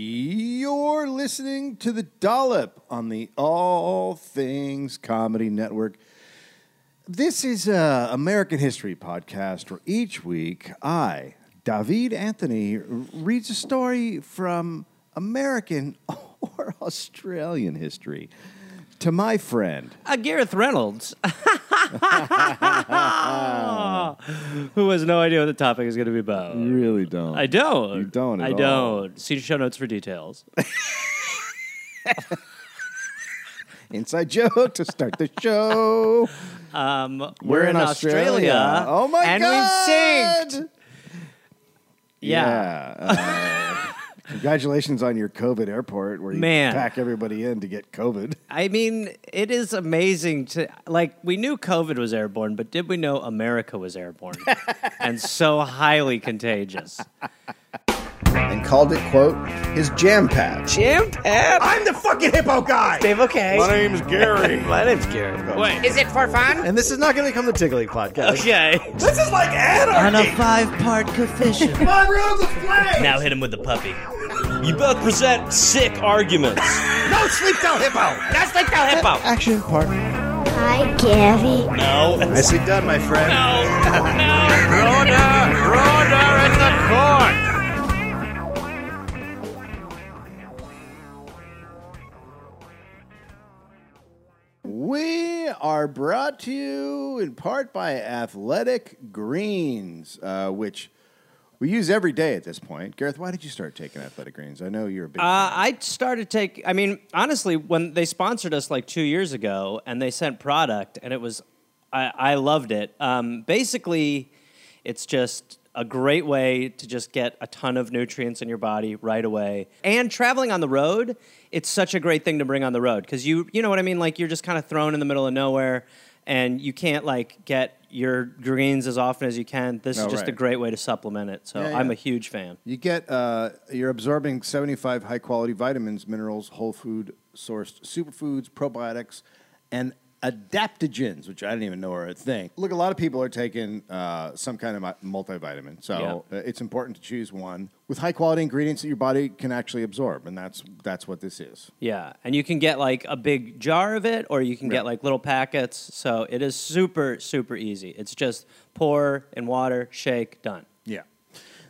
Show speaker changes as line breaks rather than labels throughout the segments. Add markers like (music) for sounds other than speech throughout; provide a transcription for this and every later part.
You're listening to The Dollop on the All Things Comedy Network. This is a American History podcast where each week I, David Anthony, r- reads a story from American (laughs) or Australian history to my friend.
Uh, Gareth Reynolds, (laughs) who has no idea what the topic is going to be about.
You really don't.
I don't.
You don't at
I
all.
don't. See the show notes
(laughs)
for details.
Inside joke to start the show.
Um, we're,
We're in Australia. Oh my
and
God!
And we've synced. Yeah.
(laughs)
Yeah, uh, congratulations on your COVID airport where you
Man.
pack everybody in to get COVID.
I mean, it is amazing to like. We knew COVID was airborne, but did we know America
(laughs)
was airborne and so highly contagious?
And called it, quote, his jam patch.
Jim Pep.
I'm the fucking hippo guy.
Dave, okay.
My name's Gary.
(laughs) My name's Gary.
Wait.
Is it for fun? And this is not going to become the Tiggly podcast.
Okay.
this is like anarchy.
five-part coefficient.
My rules of play.
Now hit him with the puppy. You both present sick arguments.
No sleep till hippo.
That's like the hippo.
Action part.
Hi, Gary.
No.
Nicely done, my friend.
We are brought to you in part by Athletic Greens, uh, which we use every day at this point. Gareth, why did you start taking Athletic Greens? I know you're a big.
Uh, I started take. I mean, honestly, when they sponsored us like two years ago, and they sent product, and it was, I, I loved it. Um, basically, it's just a great way to just get a ton of nutrients in your body right away. And traveling on the road, it's such a great thing to bring on the road because you, you know what I mean. Like you're just kind of thrown in the middle of nowhere, and you can't like get your greens as often as you can. This
Oh,
is just
right.
a great way to supplement it. So
Yeah, yeah.
I'm a huge fan.
you get uh, you're absorbing 75 high quality vitamins, minerals, whole food sourced superfoods, probiotics, and adaptogens, which I didn't even know were a thing. Look, a lot of people are taking uh, some kind of mi- multivitamin, so uh, it's important to choose one with high quality ingredients that your body can actually absorb, and that's that's what this is.
Yeah, and you can get like a big jar of it, or you can
Right.
get like little packets. So it is super, super easy. It's just pour in water, shake, done.
Yeah.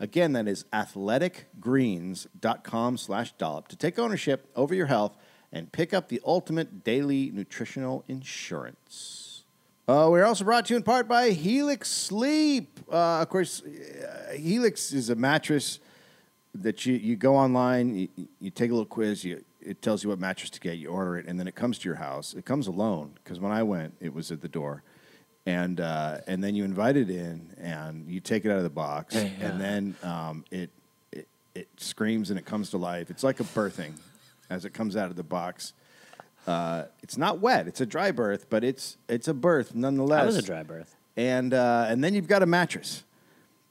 Again, that is athleticgreens.com slash dollop to take ownership over your health and pick up the ultimate daily nutritional insurance. Uh, we're also brought to you in part by Helix Sleep. Uh, of course, uh, Helix is a mattress that you, you go online, you, you take a little quiz, you, it tells you what mattress to get, you order it, and then it comes to your house. It comes alone because when I went, it was at the door. And, uh, and then you invite it in and you take it out of the box, and then um, it, it, it screams and it comes to life. It's like a birthing as it comes out of the box. Uh, it's not wet. It's a dry birth, but it's it's a birth nonetheless
That was a dry birth.
and uh, and then you've got a mattress.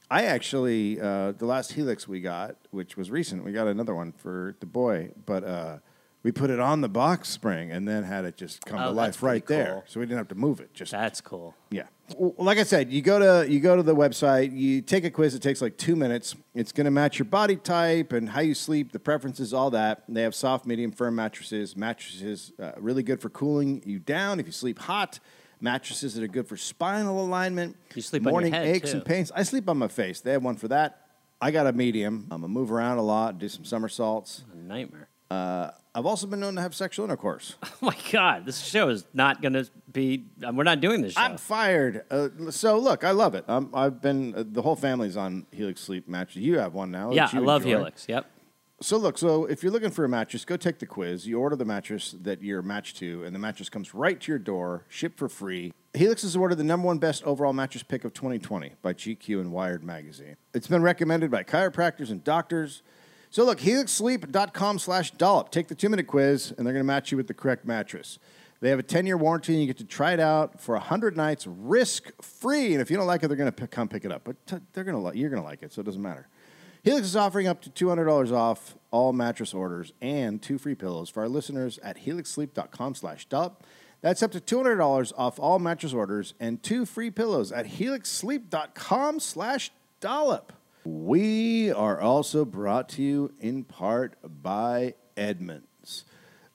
I actually uh, the last Helix we got, which was recent, we got another one for the boy, but uh, we put it on the box spring and then had it just come
Oh,
to
that's
life right
pretty
there,
cool.
so we didn't have to move it. Just
That's cool.
yeah. Well, like I said, you go to you go to the website, you take a quiz. It takes like two minutes. It's going to match your body type and how you sleep, the preferences, all that. They have soft, medium, firm mattresses. Mattresses uh, really good for cooling you down if you sleep hot. Mattresses that are good for spinal alignment.
You sleep on your
morning
head,
aches and
too.
pains. I sleep on my face. They have one for that. I got a medium. I'm gonna move around a lot, do some somersaults.
A nightmare. (laughs)
Uh, I've also been known to have sexual intercourse.
Oh my god, this show is not gonna be. Um, we're not doing this show.
I'm fired. Uh, so look, I love it. Um, I've been uh, the whole family's on Helix Sleep mattress. You have one now.
yeah,
that
I
you
love
enjoy.
Helix. Yep.
So look, so if you're looking for a mattress, go take the quiz. You order the mattress that you're matched to, and the mattress comes right to your door, shipped for free. Helix is awarded the number one best overall mattress pick of 2020 by GQ and Wired magazine. It's been recommended by chiropractors and doctors. So look, helixsleep.com slash dollop. Take the two minute quiz, and they're going to match you with the correct mattress. They have a 10 year warranty, and you get to try it out for 100 nights risk free. And if you don't like it, they're going to come pick it up. But t- they're gonna li- you're going to like it, so it doesn't matter. Helix is offering up to $200 off all mattress orders and two free pillows for our listeners at helixsleep.com slash dollop. That's up to $200 off all mattress orders and two free pillows at helixsleep.com slash dollop. We are also brought to you in part by Edmunds.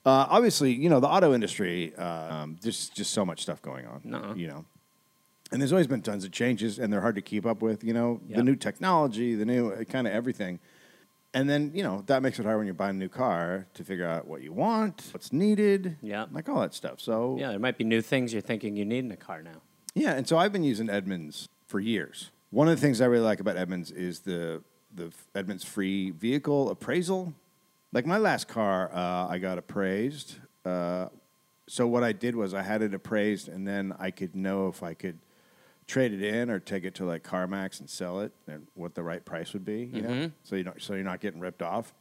Uh, obviously, you know, the auto industry, uh, um, there's just so much stuff going on, you know. And there's always been tons of changes, and they're hard to keep up with, you know, the
Yep.
new technology, the new uh, kind of everything. And then, you know, that makes it hard when you're buying a new car to figure out what you want, what's needed,
Yep.
like all that stuff. So,
Yeah, there might be new things you're thinking you need in a car now.
yeah, and so I've been using Edmunds for years. One of the things I really like about Edmunds is the the Edmunds free vehicle appraisal. Like my last car, uh, I got appraised. Uh, so what I did was I had it appraised, and then I could know if I could trade it in or take it to like CarMax and sell it, and what the right price would be. You know, so you don't so you're not getting ripped off.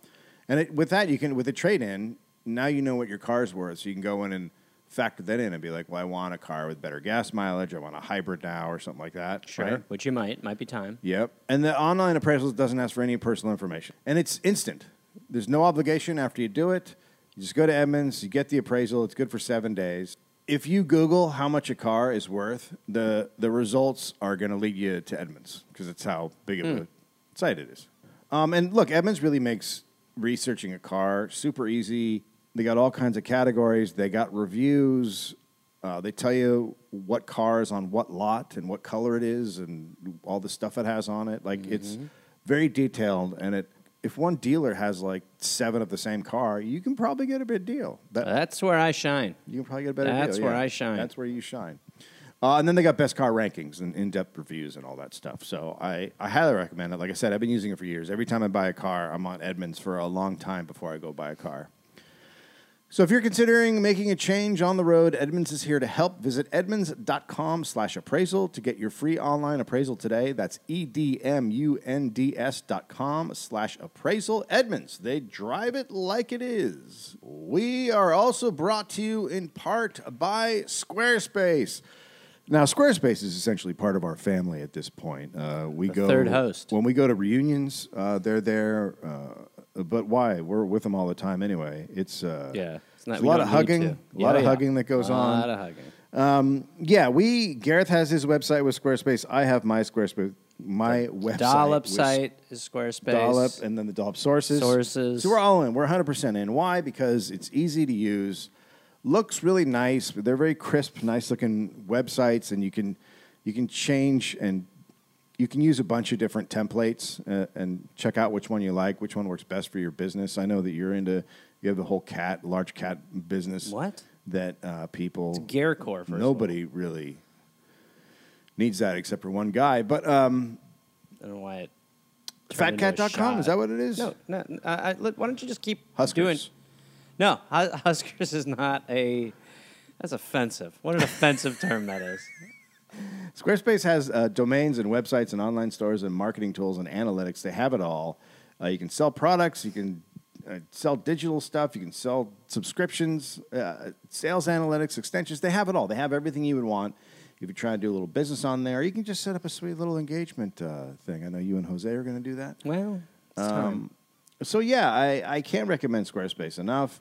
And it, with that, you can with a trade in now you know what your car's worth, so you can go in and factor that in and be like, well, I want a car with better gas mileage. I want a hybrid now or something like that. right?
Which you might. Might be time.
Yep. And the online appraisals doesn't ask for any personal information. And it's instant. There's no obligation after you do it. You just go to Edmunds, you get the appraisal, it's good for seven days. If you Google how much a car is worth, the, the results are going to lead you to Edmunds because it's how big of a site it is. Um, and look, Edmunds really makes researching a car super easy. They got all kinds of categories, they got reviews, uh, they tell you what car is on what lot and what color it is and all the stuff it has on it. Like it's
Mm-hmm.
very detailed and it. If one dealer has like seven of the same car, you can probably get a good deal. That,
That's where I shine.
you can probably get a better deal.
That's where
yeah.
I shine.
That's where you shine. Uh, and then they got best car rankings and in-depth reviews and all that stuff. So I, I highly recommend it. Like I said, I've been using it for years. Every time I buy a car, I'm on Edmunds for a long time before I go buy a car. So if you're considering making a change on the road, Edmunds is here to help. Visit edmunds.com slash appraisal to get your free online appraisal today. That's E E-D-M-U-N-D-S dot com slash appraisal. Edmunds, they drive it like it is. We are also brought to you in part by Squarespace. Now, Squarespace is essentially part of our family at this point. Uh, we go
third host.
when we go to reunions. Uh, they're there, uh, but why? We're with them all the time anyway. It's uh,
Yeah. It's not-
it's a
we
lot
don't
of
need
hugging,
to.
a
Oh,
lot
Yeah,
of
yeah.
hugging that goes
A
on.
lot of hugging.
yeah, we Gareth has his website with Squarespace. I have my Squarespace, my website,
Dollop
with
site is Squarespace.
Dollop, and then the Dollop sources.
Sources.
So we're all in. We're 100 percent in. Why? Because it's easy to use, looks really nice. but They're very crisp, nice looking websites, and you can you can change and you can use a bunch of different templates uh, and check out which one you like, which one works best for your business. I know that you're into you have the whole cat, large cat business.
What?
That uh, people
Gearcore first. of all.
nobody really needs that except for one guy. But um,
I don't know why it. turned into a
fatcat.com, is
shot.
that what it is?
No, no. I, I, let- why don't you just keep
Huskers.
doing? No, Hus- Huskers is not a. That's offensive. What an offensive term that is.
Squarespace has uh, domains and websites and online stores and marketing tools and analytics. They have it all. Uh, you can sell products, you can uh, sell digital stuff, you can sell subscriptions, uh, sales analytics, extensions. They have it all. They have everything you would want. If you try to do a little business on there, you can just set up a sweet little engagement uh, thing. I know you and Jose are going to do that.
Well,
Um,
it's time.
So yeah, I, I can't recommend Squarespace enough.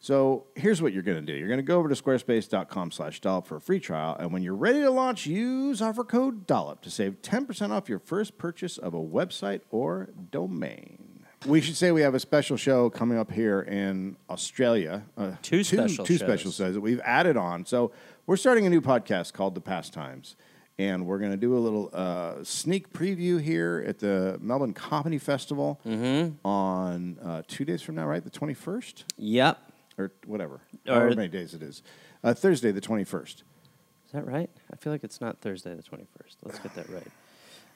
So here's what you're going to do. You're going to go over to squarespace.com slash dollop for a free trial. And when you're ready to launch, use offer code dollop to save 10% off your first purchase of a website or domain. We should say we have a special show coming up here in Australia. Uh,
Two special
two
shows.
special shows that we've added on. So we're starting a new podcast called The Pastimes, and we're going to do a little uh, sneak preview here at the Melbourne Comedy Festival
Mm-hmm.
on uh, two days from now, right? The twenty first
Yep.
or whatever,
Or-
however many days it is. Uh, Thursday, the twenty first.
Is that right? I feel like it's not Thursday the 21st. Let's get that right.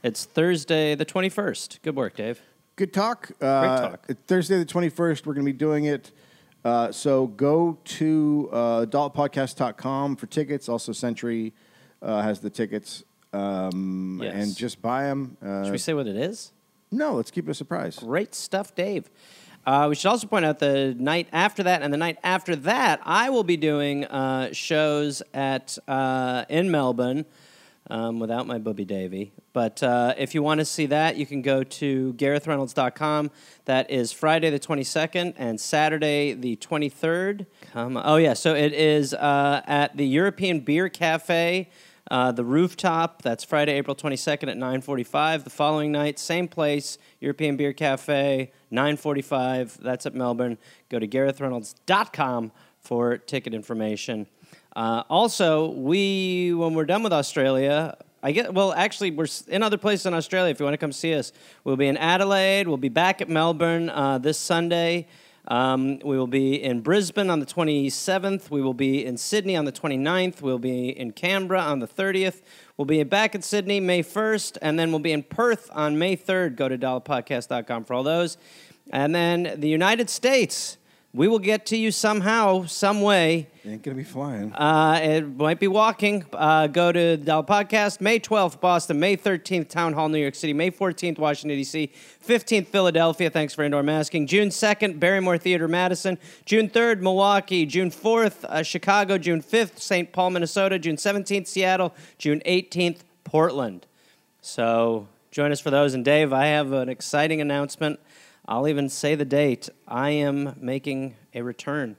It's Thursday the 21st. Good work, Dave.
Good talk. Uh,
talk.
Thursday the 21st, we're going to be doing it. Uh, so go to uh, dollopodcast.com for tickets. Also, Century uh, has the tickets. Um,
Yes.
And just buy them. Uh,
Should we say what it is?
No, let's keep it a surprise.
Great stuff, Dave. Uh, we should also point out the night after that and the night after that, I will be doing uh, shows at uh, in Melbourne um, without my booby Davy. But uh, if you want to see that, you can go to GarethReynolds.com. That is Friday the 22nd and Saturday the 23rd. Come oh, yeah. So it is uh, at the European Beer Cafe. Uh, the rooftop. That's Friday, April 22nd at 9:45. The following night, same place, European Beer Cafe, 9:45. That's at Melbourne. Go to GarethReynolds.com for ticket information. Uh, also, we when we're done with Australia. I get well. Actually, we're s- in other places in Australia. If you want to come see us, we'll be in Adelaide. We'll be back at Melbourne uh, this Sunday. Um, we will be in Brisbane on the 27th. We will be in Sydney on the 29th. We'll be in Canberra on the 30th. We'll be back in Sydney May 1st, and then we'll be in Perth on May 3rd. Go to dollarpodcast.com for all those. And then the United States, we will get to you somehow, some way.
Ain't gonna be (laughs) flying.
Uh, it might be walking. Uh, go to the Dollar Podcast. May 12th, Boston. May 13th, Town Hall, New York City. May 14th, Washington, D.C. 15th, Philadelphia. Thanks for indoor masking. June 2nd, Barrymore Theater, Madison. June 3rd, Milwaukee. June 4th, uh, Chicago. June 5th, St. Paul, Minnesota. June 17th, Seattle. June 18th, Portland. So join us for those. And Dave, I have an exciting announcement. I'll even say the date. I am making a return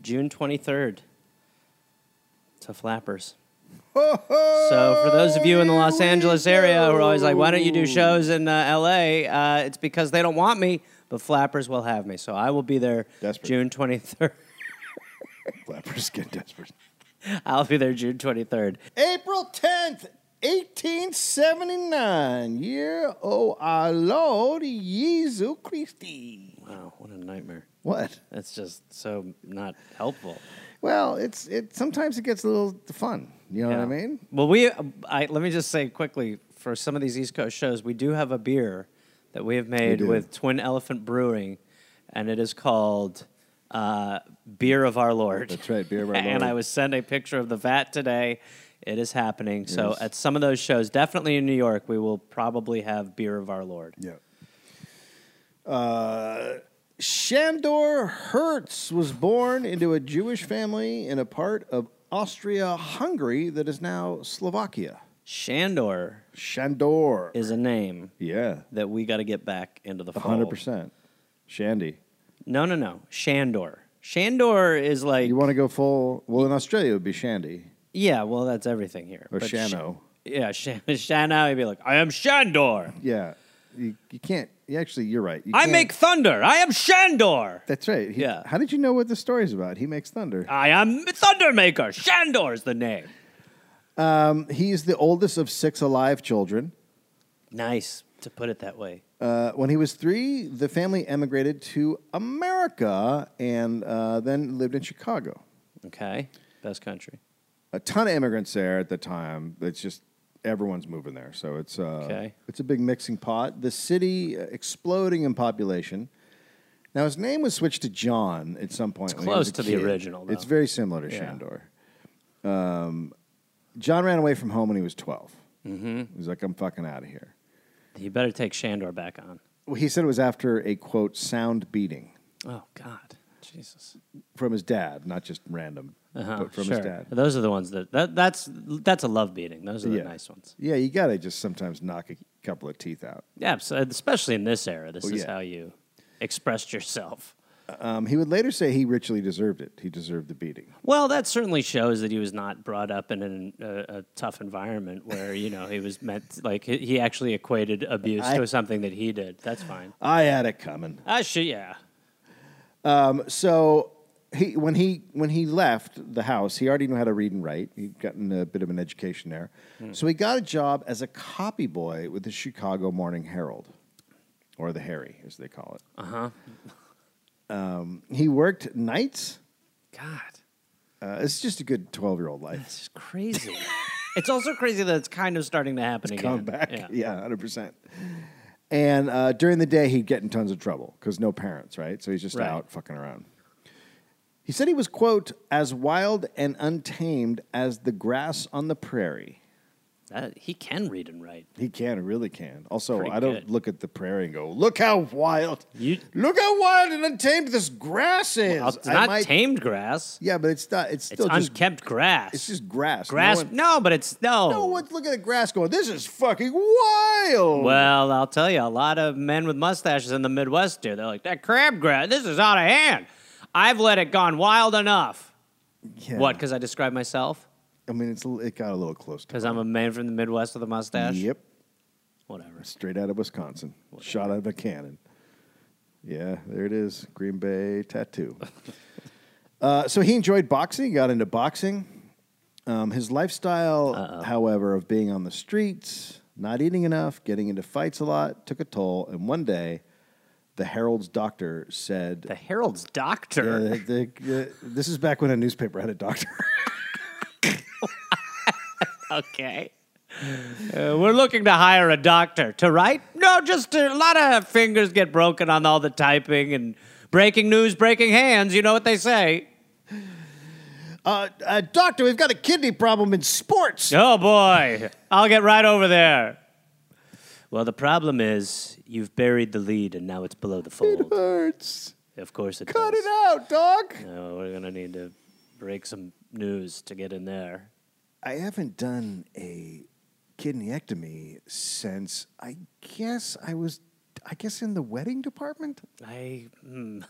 June 23rd to Flappers. So for those of you in the Los Angeles area who are always like, why don't you do shows in uh, L.A.? Uh, it's because they don't want me, but Flappers will have me. So I will be there
Desperate.
June 23rd.
Flappers get desperate.
(laughs) I'll be there June 23rd.
April 10th, 1879. Year oh our Lord Jesus Christi.
Wow, what a nightmare.
What?
That's just so not helpful.
Well, it's it sometimes it gets a little fun. You know what I
Yeah.
mean?
Well, we I, let me just say quickly for some of these East Coast shows, we do have a beer that we have made
do.
with Twin Elephant Brewing, and it is called uh, Beer of Our Lord.
That's right, Beer of Our Lord.
(laughs) and I was sent a picture of the vat today. It is happening. So
Yes.
at some of those shows, definitely in New York, we will probably have Beer of Our Lord.
Yeah. Uh, Shandor Hertz was born into a Jewish family in a part of Austria Hungary that is now Slovakia.
Shandor
Shandor.
is a name
yeah.
that we got to get back into the fold.
100%. Shandy.
No, no, no. Shandor. Shandor is like
You want to go full? Well, in Australia, it would be Shandy
Yeah, well, that's everything here.
or
But sh-
Shano.
yeah, (laughs) sh- Shano. He'd be like, I am Shandor.
yeah. You, you can't. You actually, you're right. You
I
can't-
make thunder. I am Shandor.
That's right. He-
Yeah.
How did you know what the story's about? He makes thunder.
I am Thundermaker. Shandor is the name. Um,
He's the oldest of six alive children.
Nice to put it that way.
Uh, when he was three, the family emigrated to America and uh, then lived in Chicago.
Okay. Best country.
A ton of immigrants there at the time. It's just everyone's moving there, so it's uh,
Okay.
it's a big mixing pot. The city uh, exploding in population. Now his name was switched to John at some point. It's
close to the original, though.
It's very similar to
Yeah.
Shandor. Um, John ran away from home when he was 12 Mm-hmm. He was like, "I'm fucking out of here."
You better take Shandor back on.
He said it was after a quote sound beating.
Oh, God. Jesus.
from his dad, not just random,
Uh-huh,
but from
sure.
his dad.
Those are the ones that, that that's that's a love beating. Those are the
Yeah.
nice ones.
Yeah, you gotta just sometimes knock a couple of teeth out.
Yeah, so- especially in this era. This
Oh,
is
yeah.
how you expressed yourself.
Um, he would later say he richly deserved it. He deserved the beating.
Well, that certainly shows that he was not brought up in an, a, a tough environment where you know he was meant like he- he actually equated abuse
I-
to something that he did. That's fine.
I had it coming.
I should, yeah.
So he when he when he left the house, he already knew how to read and write. He'd gotten a bit of an education there, so he got a job as a copy boy with the Chicago Morning Herald, or the Harry, as they call it. Uh huh. Um, he worked nights.
God,
Uh, it's just a good twelve-year-old life.
this is
(laughs)
crazy. it's also crazy that it's kind of starting to happen again.
come back.
Yeah.
Yeah, hundred percent. And uh, during the day, he'd get in tons of trouble because no parents, right? So he's just
Right.
out fucking around. He said he was quote as wild and untamed as the grass on the prairie.
That, he can read and write.
He can, really can. Also,
Pretty
I don't
good.
look at the prairie and go, "Look how wild!
You-
look how wild and untamed this grass is."
Well, it's
I
not
might-
tamed grass.
Yeah, but it's not. It's
It's
still just.
unkept grass.
it's just grass.
grass.
No,
No,
one,
but it's no.
no one's looking at grass going, "This is fucking wild."
Well, I'll tell you, a lot of men with mustaches in the Midwest do. They're like, that crabgrass, this is out of hand. I've let it gone wild enough.
Yeah.
What? Because I describe myself?
I mean, it's a li- it got a little close to.
Because I'm a man from the Midwest with a mustache?
Yep,
Whatever.
straight out of Wisconsin, shot out of a cannon. Yeah, there it is, Green Bay (laughs) tattoo. uh, so he enjoyed boxing. He got into boxing. Um, his lifestyle, however, of being on the streets, not eating enough, getting into fights a lot, took a toll. And one day, the Herald's doctor said,
The Herald's doctor.
Yeah, the- the- uh, "This is back when a newspaper had a doctor."
(laughs)
(laughs)
Okay. Uh, we're looking to hire a doctor to write. No, just a lot of fingers get broken on all the typing and breaking news, breaking hands. You know what they say.
uh, uh, doctor, we've got a kidney problem in sports.
Oh boy, I'll get right over there. Well, the problem is you've buried the lead and now it's below the
It (laughs)
fold.
hurts.
Of course it
Cut
does.
it out, dog.
No, we're gonna need to break some news to get in there.
I haven't done a kidneyectomy since I guess I was I guess in the wedding department.
I. (laughs) Mm,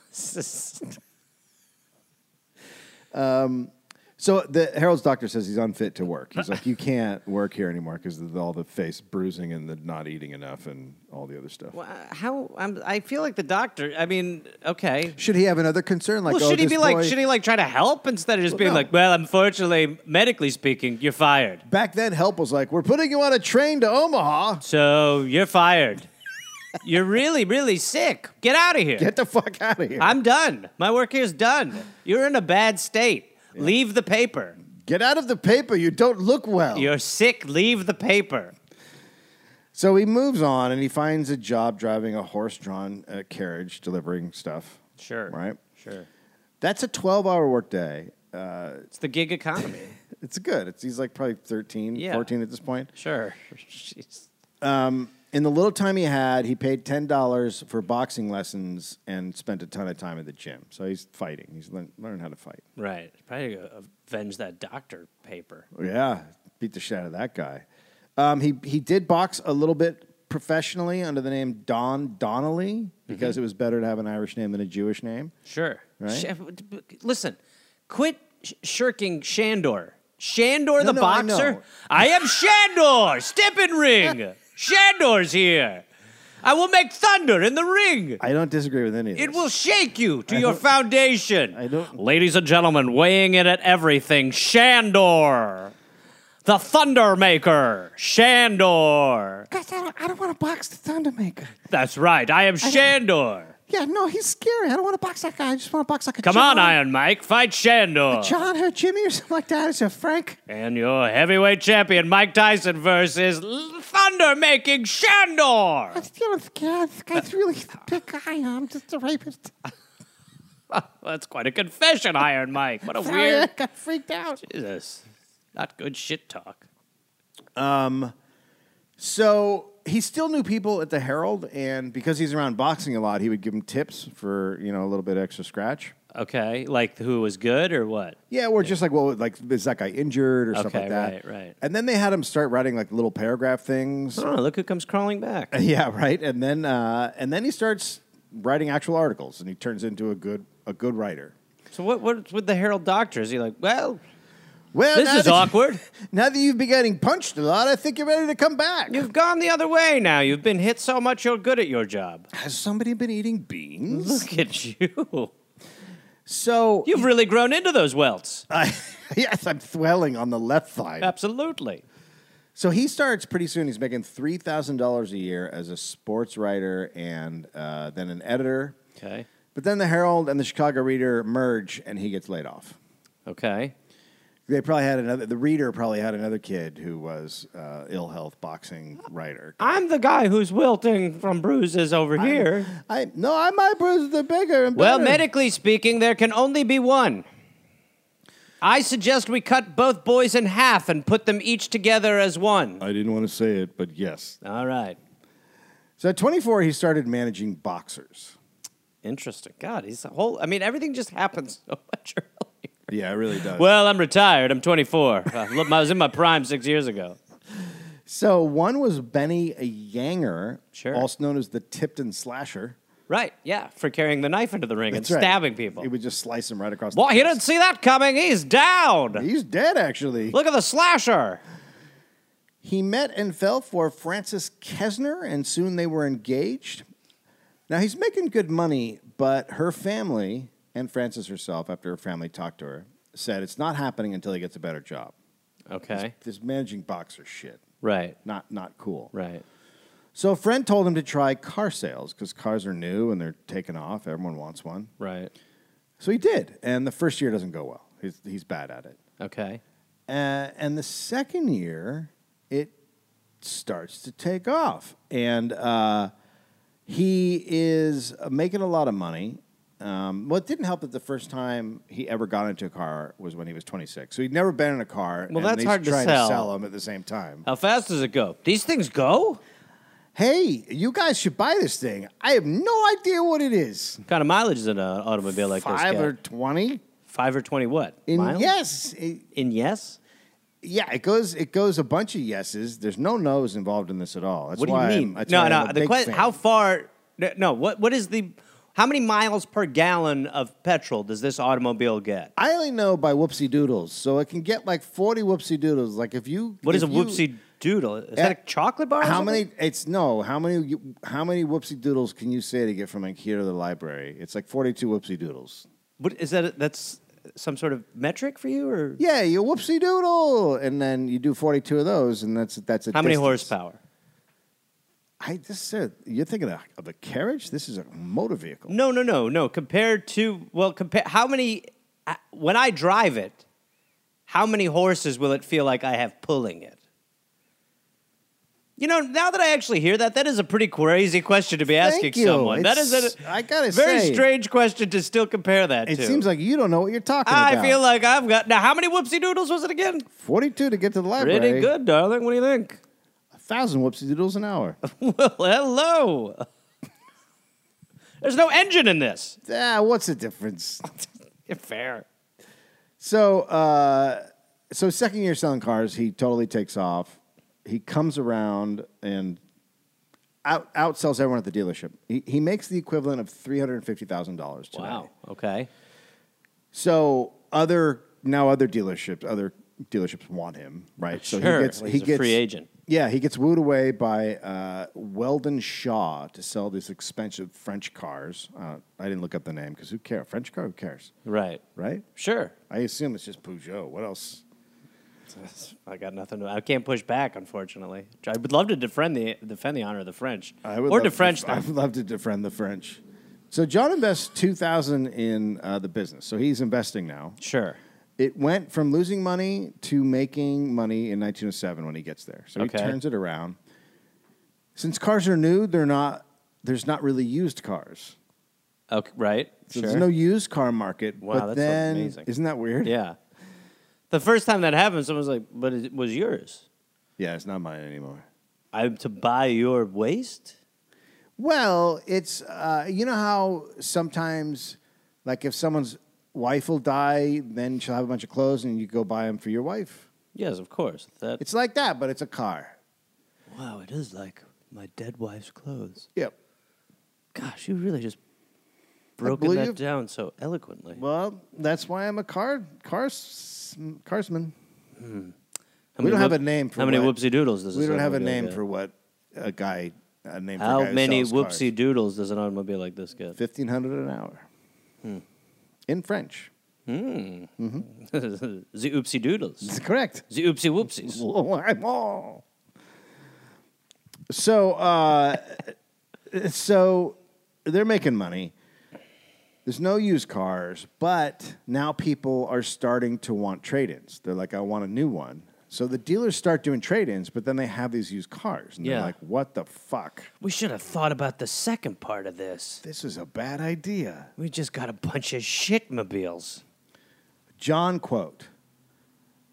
So the Harold's doctor says he's unfit to work. He's like, you can't work here anymore because of all the face bruising and the not eating enough and all the other stuff.
Wha- how? I'm, I feel like the doctor. I mean, okay.
Should he have another concern? Like,
well,
oh,
should he
this
be like?
boy-
Should he like try to help instead of just
Well,
being
no.
like, "Well, unfortunately, medically speaking, you're fired.
Back then, help was like, we're putting you on a train to Omaha.
So
(laughs)
you're fired. you're really, really sick. Get out of here.
Get the fuck out of here.
I'm done. My work here's done. You're in a bad state. Leave the paper.
Get out of the paper. You don't look well.
You're sick. Leave the paper.
So he moves on and he finds a job driving a horse drawn uh, carriage delivering stuff.
Sure.
Right?
Sure.
That's a 12 hour workday. Uh,
It's the gig economy.
It's good. It's, he's like probably 13,
Yeah.
14 at this point.
(laughs)
Um,
sure. Jeez.
In the little time he had, he paid $10 for boxing lessons and spent a ton of time at the gym. So he's fighting. He's learn, learning how to fight.
Right. Probably gonna avenge that doctor paper.
Yeah, beat the shit out of that guy. Um, he he did box a little bit professionally under the name Don Donnelly because it was better to have an Irish name than a Jewish name.
Sure.
Right?
Sh- uh, listen, quit sh- shirking Shandor. Shandor the
no, I know.
boxer? I, am Shandor! Step
(laughs)
in ring! Shandor's here! I will make thunder in the ring!
I don't disagree with any of
It
this.
will shake you to your foundation.
I don't-
Ladies and gentlemen, weighing in at everything, Shandor, the Thundermaker, Shandor.
Guys, I don't, I don't want to box the Thundermaker.
That's right, I am Shandor.
Yeah, no, he's scary. I don't want to box that guy. I just want to box like a
Come on, Iron Mike, fight Shandor.
John or Jimmy or something like that. Is it Frank?
And your heavyweight champion, Mike Tyson, versus Thundermaking Shandor. (laughs)
feeling scared. This guy's
Uh,
really the big guy. I'm just a rapist.
That's quite a confession, Iron Mike. What a (laughs) weird.
got freaked out.
Jesus. Not good shit talk.
So he still knew people at the Herald, and because he's around boxing a lot, he would give them tips for you know a little bit extra scratch.
Okay, like who was good or what?
Yeah, or just like, well, like is that guy injured or stuff
Okay,
like that.
right, right.
And then they had him start writing like little paragraph things. (laughs)
Oh, look who comes crawling back.
yeah, right. And then uh, and then he starts writing actual articles, and he turns into a good a good writer.
So what? What's with the Herald Doctor? Is he like, well,
Well,
this
now
is
that-
awkward.
(laughs) Now that you've been getting punched a lot, I think you're ready to come back.
(laughs) You've gone the other way now. You've been hit so much, you're good at your job.
Has somebody been eating
(laughs)
beans?
Look at you.
So
You've really grown into those welts.
I, (laughs) yes, I'm swelling on the left side.
Absolutely.
So he starts pretty soon. He's making three thousand dollars a year as a sports writer and uh, then an editor.
Okay.
But then the Herald and the Chicago Reader merge, and he gets laid off.
Okay.
They probably had another. The Reader probably had another kid who was uh, ill health boxing writer.
I'm the guy who's wilting from bruises over here.
I no, I my bruises are bigger and
Well,
better.
medically speaking, there can only be one. I suggest we cut both boys in half and put them each together as one.
I didn't want to say it, but yes.
All right.
So at 24, he started managing boxers.
Interesting. God, he's a whole. I mean, everything just happens so much (laughs) early.
Yeah, it really does.
Well, I'm retired. I'm 24. Uh, look, I was in my prime six years ago.
so one was Benny Yanger,
Sure.
also known as the Tipton Slasher.
Right. Yeah. For carrying the knife into the ring
That's
and
right.
stabbing people.
He would just slice him right across
Boy,
the
he
face.
didn't see that coming. He's down.
He's dead, actually.
Look at the slasher.
He met and fell for Frances Kesner, and soon they were engaged. Now he's making good money, but her family and Frances herself, after her family talked to her, said it's not happening until he gets a better job.
Okay.
This managing boxer shit,
Right.
not not cool.
Right.
So a friend told him to try car sales because cars are new and they're taking off. Everyone wants one,
Right.
so he did. And the first year doesn't go well. He's he's bad at it.
Okay.
Uh, and the second year, it starts to take off. And uh, he is uh, making a lot of money. Um, well, it didn't help that the first time he ever got into a car was when he was 26. So he'd never been in a car.
Well,
and
that's
he's
hard to
trying
sell.
them at the same time.
How fast does it go? These things go?
Hey, you guys should buy this thing. I have no idea what it is.
What kind of mileage is in an uh, automobile like
Five
this?
or
Get?
twenty?
Five or 20 what?
In
miles?
yes, it-
In yes?
Yeah, it goes it goes a bunch of yeses. There's no no's involved in this at all. That's
What do
why
you
I'm-
mean?
that's
no,
why
no.
I'm a
the
big
que-
fan.
how far? no, No. What? What is the? How many miles per gallon of petrol does this automobile get?
I only know by whoopsie doodles, so it can get like forty whoopsie doodles. Like if you
What is
if
a
you- Eh,
whoopsie doodle? Is that a chocolate bar? or
How
something?
many? It's no. How many? How many whoopsie doodles can you say to get from like here to the library? It's like forty-two whoopsie doodles.
What is that? That's some sort of metric for you, or
Yeah, you whoopsie doodle, and then you do forty-two of those, and that's that's a
how many
distance.
horsepower?
I just said you're thinking of, of a carriage. This is a motor vehicle.
No, no, no, no. Compared to well, compare how many? I- When I drive it, how many horses will it feel like I have pulling it? You know, now that I actually hear that, that is a pretty crazy question to be
Thank
asking
you.
someone. That is
It's-
a
I gotta
very
say-
strange question to still compare that
It
to.
seems like you don't know what you're talking
I
about.
feel like I've got now. How many whoopsie doodles was it again?
forty-two to get to the library.
Pretty good, darling. What do you think?
A thousand whoopsie doodles an
(laughs)
hour.
Well, hello. There's no engine in this.
ah, what's the difference?
Fair.
So, uh, so second year selling cars, he totally takes off. He comes around and out outsells everyone at the dealership. He, he makes the equivalent of three hundred and fifty thousand dollars today.
Wow. Okay.
So other now other dealerships other dealerships want him right. So
sure. Well, he's a free agent.
Yeah, he gets wooed away by uh, Weldon Shaw to sell these expensive French cars. Uh, I didn't look up the name because who cares? French car, who cares?
Right.
Right?
Sure.
I assume it's just Peugeot. What else?
(laughs) I got nothing. To, I can't push back, unfortunately. I would love to defend the defend the honor of the French,
I would
or
love
defrench
I (laughs) would
them.
love to defriend the French. So John invests two thousand in uh, the business. So he's investing now.
Sure.
It went from losing money to making money in 1907 when he gets there. So
Okay.
he turns it around. Since cars are new, they're not. There's not really used cars.
Okay. Right.
So
sure.
there's no used car market.
Wow,
but
that's
then,
amazing.
Isn't that weird?
(laughs) yeah. The first time that happened, someone was like, "But it was yours.
Yeah, it's not mine anymore.
I'm to buy your waste."
Well, it's uh, you know how sometimes, like if someone's wife will die, then she'll have a bunch of clothes, and you go buy them for your wife.
Yes, of course. That
It's like that, but it's a car.
wow. It is like my dead wife's clothes.
Yep.
Gosh, you really just
blew
broken
you-
that down so eloquently.
Well, that's why I'm a car cars carsman.
How
we
many
don't have
whoop-
a name for
how many
what-
whoopsie doodles does
we
this
don't have a
automobile
name
get?
for what a guy a name.
how
for a guy
many
who sells
whoopsie doodles does an automobile like this get?
Fifteen hundred an hour.
Hmm.
In French.
(laughs) the oopsie doodles,
That's correct. (laughs)
the oopsie whoopsies.
So, uh, (laughs) so they're making money. There's no used cars, but now people are starting to want trade-ins. They're like, I want a new one. So the dealers start doing trade-ins, but then they have these used cars, and they're
Yeah.
like, "What the fuck?
We should have thought about the second part of this.
This is a bad idea."
We just got a bunch of shitmobiles.
John quote,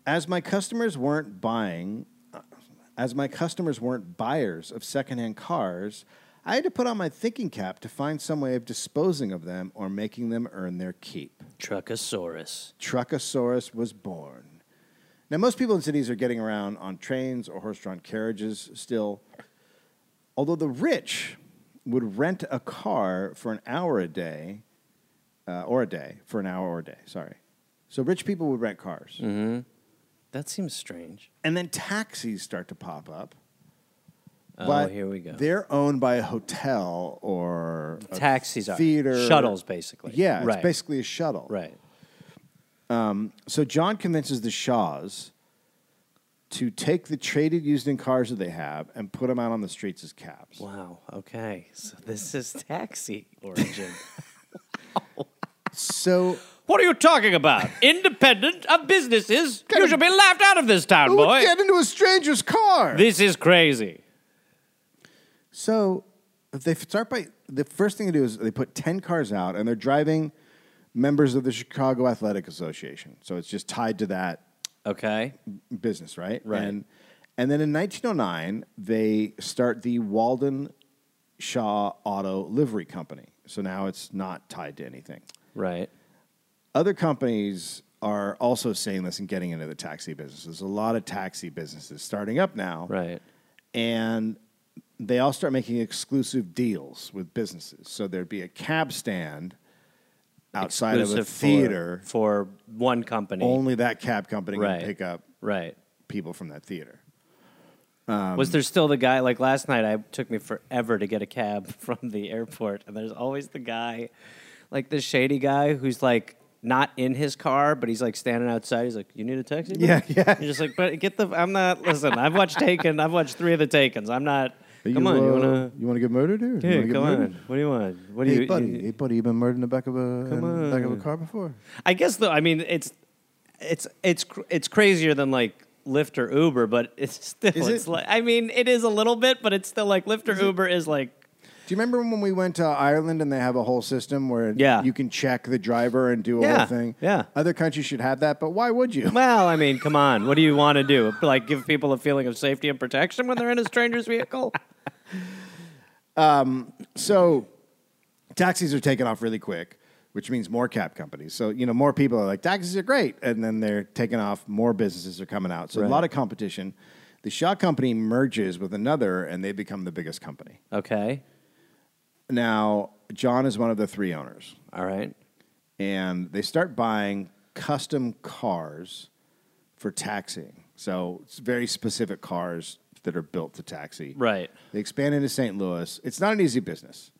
as my customers weren't buying, uh, as my customers weren't buyers of secondhand cars, I had to put on my thinking cap to find some way of disposing of them or making them earn their keep.
Truckosaurus.
Truckosaurus was born. Now, most people in cities are getting around on trains or horse drawn carriages still, although the rich would rent a car for an hour a day, uh, or a day, for an hour or a day, sorry. So, rich people would rent cars.
Mm-hmm. That seems strange.
And then taxis start to pop up.
Oh,
but
here we go.
They're owned by a hotel or a
Taxis are
theater.
shuttles, basically.
Yeah,
right.
it's basically a shuttle.
right.
So John convinces the Shaws to take the traded used in cars that they have and put them out on the streets as cabs.
Wow. Okay. So this is taxi
(laughs)
origin.
So
what are you talking about? (laughs) Independent of businesses. You should be laughed out of this town,
who would
boy.
get into a stranger's car?
This is crazy.
so they start by the first thing they do is they put ten cars out and they're driving members of the Chicago Athletic Association. So it's just tied to that
Okay.
business, right?
Right.
And, and then in 1909, they start the Walden Shaw Auto Livery Company. So now it's not tied to anything.
Right.
Other companies are also seeing this and getting into the taxi business. There's a lot of taxi businesses starting up now.
Right.
And they all start making exclusive deals with businesses. So there'd be a cab stand outside of a
Exclusive for-
theater.
for, one company.
Only that cab company
Right.
can pick up
Right.
people from that theater.
was there still the guy like last night? I took me forever to get a cab (laughs) from the airport, and there's always the guy, like the shady guy who's like not in his car, but he's like standing outside. He's like, "You need a taxi?" bro?"
Yeah, yeah.
You're just like, "But get the." I'm not. Listen, I've watched Taken. I've watched three of the Takens. I'm not. Come on, you wanna?
you wanna get murdered, dude? You wanna
Dude,
get
come
murdered?
on. What do you want? What do
Hey
you?
buddy,
you-
hey buddy, you been murdered in the back of a in the back of a car before?
I guess though. I mean, it's it's it's cr- it's crazier than like. Lyft or Uber, but it's (laughs) still
Is
it's
it?
like I mean it is a little bit, but it's still like Lyft or Uber is like
Do you remember when we went to Ireland and they have a whole system where
Yeah.
you can check the driver and do a
Yeah,
whole thing?
yeah.
Other countries should have that, but why would you? (laughs)
Well, I mean, come on. What do you want to do? Like, give people a feeling of safety and protection when they're in a stranger's vehicle?
So taxis are taking off really quick, which means more cab companies. So, you know, more people are like, taxis are great. And then they're taking off, more businesses are coming out. So, a
Right.
lot of competition. The Shaw Company merges with another and they become the biggest company.
Okay.
Now, John is one of the three owners,
All right.
and they start buying custom cars for taxiing. So, it's very specific cars that are built to taxi.
Right.
They expand into St. Louis. It's not an easy business.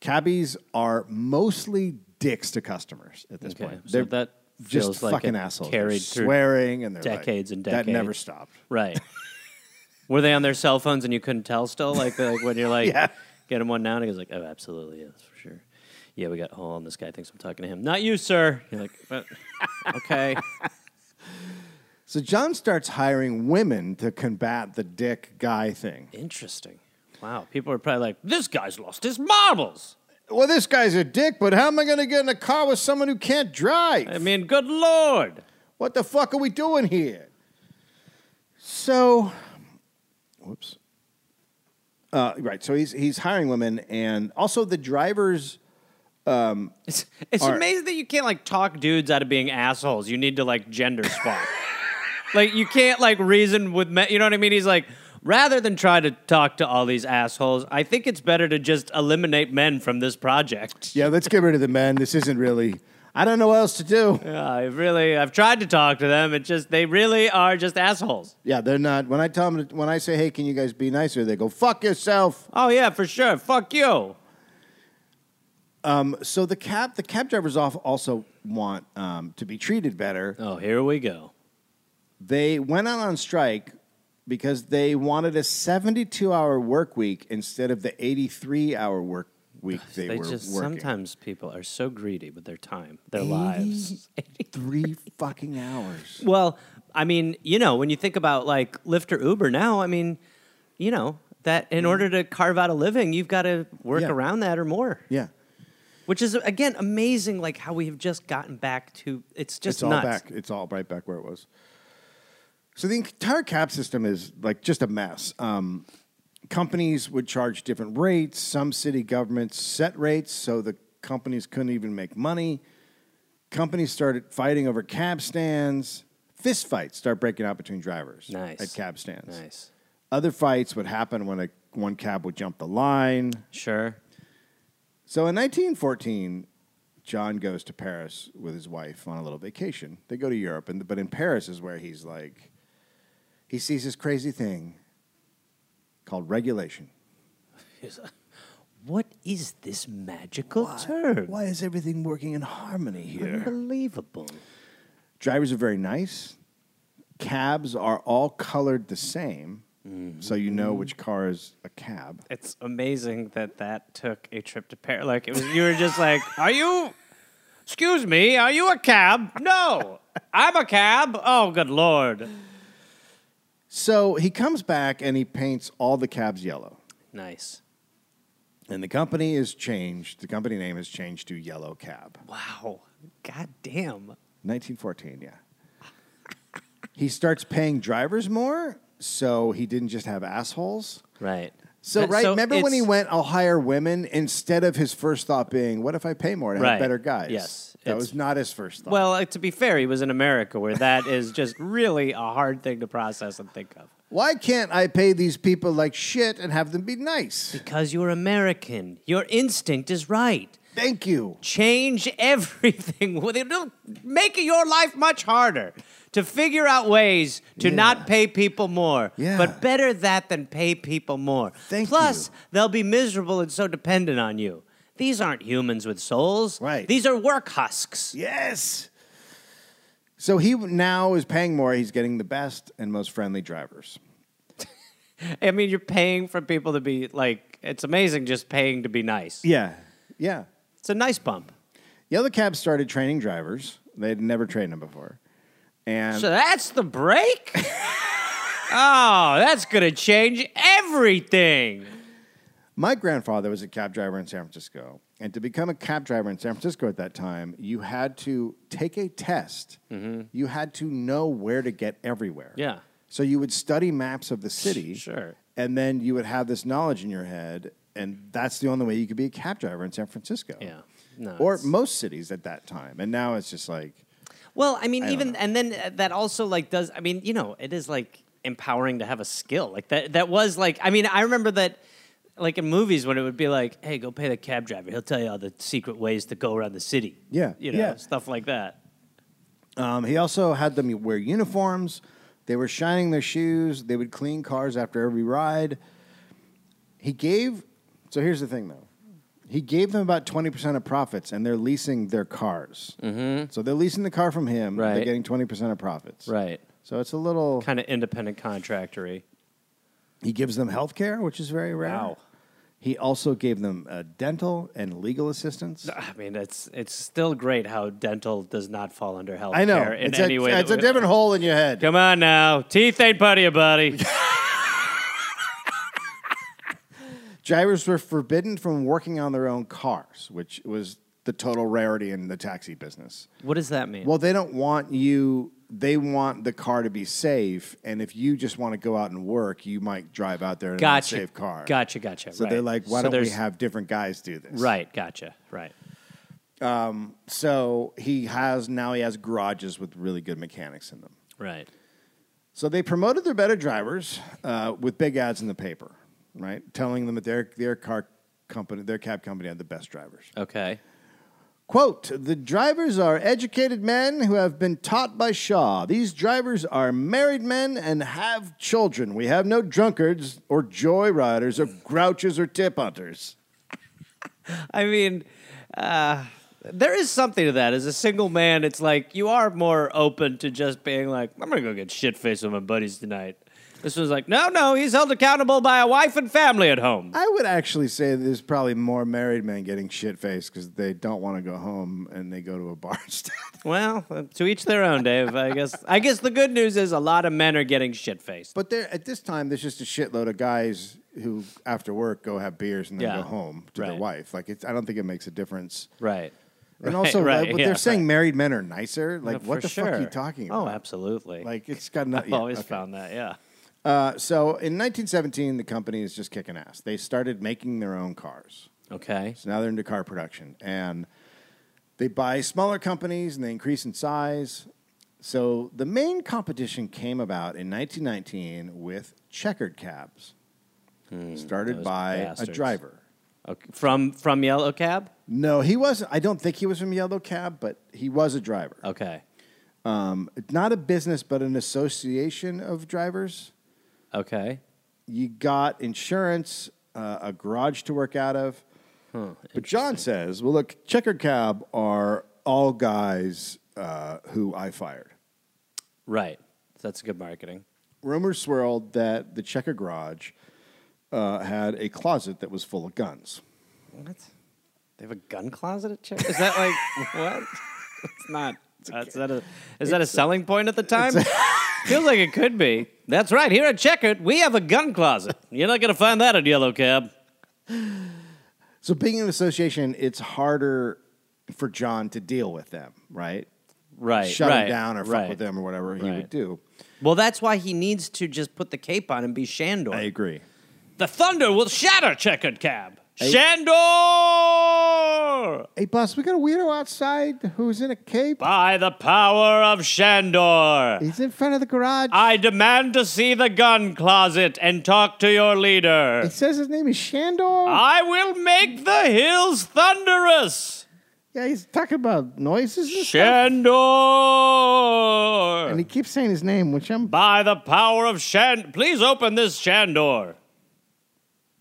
Cabbies are mostly dicks to customers at this
Okay,
point.
so
They're
that
just
feels like
fucking
it
assholes.
carried
They're
through
swearing and they're like-
decades and
That never
decades.
stopped.
Right. (laughs) Were they on their cell phones and you couldn't tell still? Like, like when you're like,
Yeah.
get him one now, and he goes like, oh, absolutely, yes, for sure. Yeah, we got a hole, and this guy thinks I'm talking to him. Not you, sir. You're like, but, (laughs) okay.
So John starts hiring women to combat the dick guy thing.
Interesting. Wow. People are probably like, this guy's lost his marbles.
Well, this guy's a dick, but how am I going to get in a car with someone who can't drive?
I mean, good lord.
What the fuck are we doing here? So, whoops. Uh, right. So he's he's hiring women, and also the drivers.
It's, it's
All right.
amazing that you can't like talk dudes out of being assholes. You need to like gender (laughs) swap. like you can't like reason with men. You know what I mean? He's like, rather than try to talk to all these assholes, I think it's better to just eliminate men from this project.
Yeah, let's get rid of the men. This isn't really. I don't know what else to do.
(laughs) Yeah, I really, I've tried to talk to them. It just they really are just assholes.
Yeah, they're not. When I tell them, when I say, "Hey, can you guys be nicer?" They go, "Fuck yourself."
Oh yeah, for sure. Fuck you.
Um, So the cab the cab drivers off also want um, to be treated better.
Oh, here we go.
They went out on strike because they wanted a 72 hour work week instead of the 83 hour work week they,
They
were
just
working.
sometimes people are so greedy with their time, their lives.
Three fucking hours.
Well, I mean, you know, when you think about like Lyft or Uber now, I mean, you know, that in order to carve out a living, you've got to work
Yeah.
around that or more.
Yeah.
Which is again amazing, like how we have just gotten back to it's just
it's all
nuts.
back. It's all right back where it was. So the entire cap system is like just a mess. Um, companies would charge different rates. Some city governments set rates, so the companies couldn't even make money. Companies started fighting over cab stands. Fist fights start breaking out between drivers
Nice.
at cab stands.
Nice.
Other fights would happen when a, one cab would jump the line.
Sure.
So in 1914, John goes to Paris with his wife on a little vacation. They go to Europe, and, but in Paris is where he's like, he sees this crazy thing called regulation.
What is this magical term?
Why is everything working in harmony here?
Unbelievable.
Drivers are very nice. Cabs are all colored the same, so you know which car is a cab.
It's amazing that that took a trip to Paris. Like it was, you were just like, "Are you? Excuse me, are you a cab? No, I'm a cab. Oh, good lord.
So he comes back and he paints all the cabs yellow.
Nice.
And the company is changed. The company name is changed to Yellow Cab.
Wow. God damn.
1914, yeah. he starts paying drivers more, so he didn't just have assholes.
Right.
So, right, remember when he went, I'll hire women, instead of his first thought being, what if I pay more to
Right.
have better guys?
Yes.
That
It's-
was not his first thought.
Well, uh, to be fair, he was in America, where that is just (laughs) really a hard thing to process and think of.
Why can't I pay these people like shit and have them be nice?
Because you're American, your instinct is right.
Thank you.
change (laughs) everything. Well, It'll make your life much harder to figure out ways to
Yeah.
not pay people more.
Yeah.
But better that than pay people more.
Thank
Plus,
you.
they'll be miserable and so dependent on you. These aren't humans with souls.
Right.
These are work husks.
Yes. So he now is paying more. He's getting the best and most friendly drivers.
I mean, you're paying for people to be like, it's amazing just paying to be nice.
Yeah. Yeah.
It's a nice bump.
Yellow Cab started training drivers. They'd never trained them before. And
So that's
(laughs)
the break? oh, that's going to change everything.
my grandfather was a cab driver in San Francisco. And to become a cab driver in San Francisco at that time, you had to take a test. You had to know where to get everywhere.
Mm-hmm. Yeah.
So you would study maps of the city.
Sure.
And then you would have this knowledge in your head. And that's the only way you could be a cab driver in San Francisco.
Yeah. No,
or
it's-
most cities at that time. And now it's just like,
Well, I mean,
I don't
even
know.
and then uh, that also like does. I mean, you know, it is like empowering to have a skill like that. That was like, I mean, I remember that. Like in movies, when it would be like, "Hey, go pay the cab driver. He'll tell you all the secret ways to go around the city."
Yeah,
you know,
yeah.
stuff like that.
Um, he also had them wear uniforms. They were shining their shoes. They would clean cars after every ride. He gave, so here's the thing though. He gave them about 20% of profits and they're leasing their cars. Mm-hmm. So they're leasing the car from him. They're
Right.
getting 20% of profits.
Right,
So it's a little,
kind of independent contractory.
he gives them health care, which is very rare.
Wow.
He also gave them uh, dental and legal assistance.
I mean, it's it's still great how dental does not fall under health.
I know.
in
It's,
any
a,
way.
it's
that
a
we-
different hole in your head.
Come on now, teeth ain't part of
(laughs)
your body.
Drivers were forbidden from working on their own cars, which was the total rarity in the taxi business.
what does that mean?
Well, they don't want you, they want the car to be safe. And if you just want to go out and work, you might drive out there in
gotcha.
a safe car.
Gotcha. Gotcha.
So
right.
they're like, why
So
don't we
there's-
have different guys do this?
Right. Gotcha. Right.
So he has, now he has garages with really good mechanics in them.
Right.
So they promoted their better drivers uh, with big ads in the paper, right? Telling them that their, their car company, their cab company had the best drivers.
Okay.
Quote, the drivers are educated men who have been taught by Shaw. These drivers are married men and have children. We have no drunkards or joyriders or grouches or tip hunters.
I mean, uh, there is something to that. As a single man, it's like you are more open to just being like, I'm gonna go get shit faced with my buddies tonight. This one's like, no, no, he's held accountable by a wife and family at home.
I would actually say there's probably more married men getting shit faced because they don't want to go home and they go to a bar (laughs) instead.
Well, uh, to each their own, Dave. I guess. I guess the good news is a lot of men are getting shit faced.
but there, at this time, there's just a shitload of guys who after work go have beers and then
Yeah.
go home to their
Right.
wife. Like it's, I don't think it makes a difference.
Right.
And
Right, (laughs)
also,
right,
like, what
yeah,
they're saying
right.
married men are nicer. Like,
No,
what
for
the fuck are you
sure.
talking
Oh,
about?
absolutely.
Like, it's got nothing.
I've always found that. Yeah.
Uh, so in 1917, the company is just kicking ass. They started making their own cars.
Okay.
So now they're into car production, and they buy smaller companies and they increase in size. So the main competition came about in 1919 with checkered cabs, started
Hmm, those
by a
bastards.
driver.
okay. From from Yellow Cab.
No, he wasn't. I don't think he was from Yellow Cab, but he was a driver.
Okay.
Um, not a business, but an association of drivers.
Okay.
you got insurance, uh, a garage to work out of. but John says, well, look, Checkered Cab are all guys uh, who I fired.
Right. That's good marketing.
Rumors swirled that the Checker Garage uh, had a closet that was full of guns.
What? They have a gun closet at church? Is that like (laughs) what? It's not. That's that a, is that a selling point at the time? (laughs) Feels like it could be. That's right. Here at Checkered, we have a gun closet. You're not gonna find that at Yellow Cab.
So, being an association, it's harder for John to deal with them, right?
Right.
Shut
right,
them down or fuck
right.
with them or whatever he
Right.
would do.
Well, that's why he needs to just put the cape on and be Shandor.
agree.
The thunder will shatter Checkered Cab. Shandor!
Hey, boss, we got a weirdo outside who's in a cape.
By the power of Shandor.
He's in front of the garage.
I demand to see the gun closet and talk to your leader.
It says his name is Shandor.
I will make the hills (laughs) thunderous.
yeah, he's talking about noises and stuff. And
Shandor!
he keeps saying his name, which I'm.
By the power of Shand. Please open this Shandor.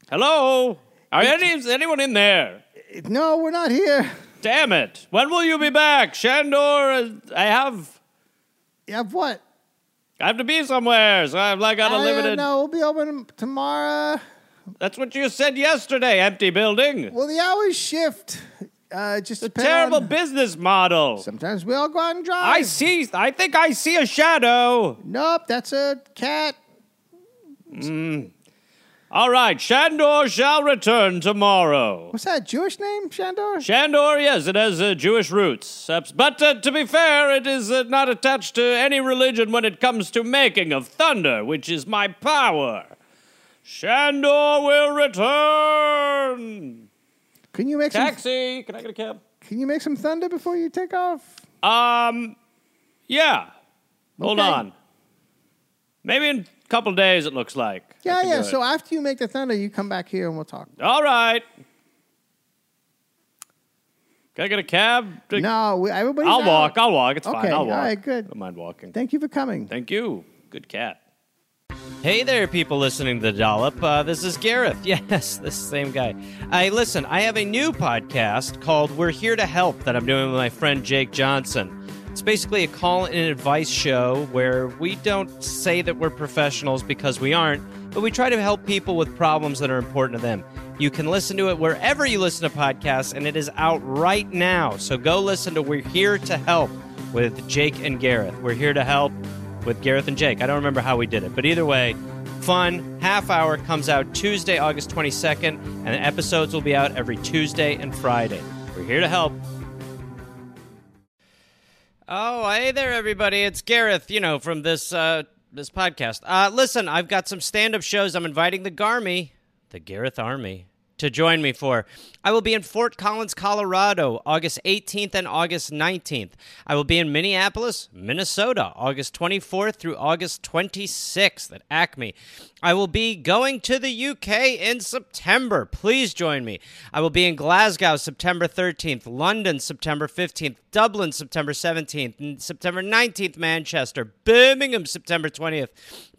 Hello? Are any, is anyone in there?
No, we're not here.
Damn it. When will you be back? Shandor, uh, I have.
Yeah, what?
I have to be somewhere, so I've like got a
I
limited.
don't know. We'll be open tomorrow.
That's what you said yesterday, empty building.
Well, the hours shift. Uh, just
It's a
depend
terrible
on-
business model.
Sometimes we all go out and drive.
I see. I think I see a shadow.
Nope, that's a cat.
All right, Shandor shall return tomorrow.
What's that Jewish
Uh,
name, Shandor?
Shandor, yes, it has uh, Jewish roots, Abs- but uh, to be fair, it is uh, not attached to any religion when it comes to making of thunder, which is my power. Shandor will return.
can you make some?
Taxi, can I get a cab?
Can you make some thunder before you take off?
Um, yeah. Hold
Okay.
on. Maybe in a couple days, it looks like. I
Yeah,
can
yeah.
do it.
So after you make the thunder, you come back here and we'll talk.
All right. Can I get a cab? To-
No, we, everybody's.
I'll
out.
walk. I'll walk. It's
Okay,
fine. I'll
all
walk.
right, good.
I don't mind walking.
Thank you for coming.
Thank you. Good cat. Hey there, people listening to the Dollop. Uh, this is Gareth. (laughs) Yes, this same guy. I listen. I have a new podcast called "We're Here to Help" that I'm doing with my friend Jake Johnson. It's basically a call and advice show where we don't say that we're professionals because we aren't, but we try to help people with problems that are important to them. You can listen to it wherever you listen to podcasts, and it is out right now. So go listen to "We're Here to Help" with Jake and Gareth. We're here to help with Gareth and Jake. I don't remember how we did it, but either way, fun half hour comes out Tuesday, August 22nd, and the episodes will be out every Tuesday and Friday. We're here to help. Oh, hey there, everybody! It's Gareth, you know, from this uh, this podcast. Uh, listen, I've got some stand up shows. I'm inviting the Garmy, the Gareth Army, to join me for. I will be in Fort Collins, Colorado, August 18th and August 19th. I will be in Minneapolis, Minnesota, August 24th through August 26th at Acme. I will be going to the UK in September. Please join me. I will be in Glasgow September 13th, London September 15th, Dublin September 17th, and September 19th, Manchester, Birmingham September 20th,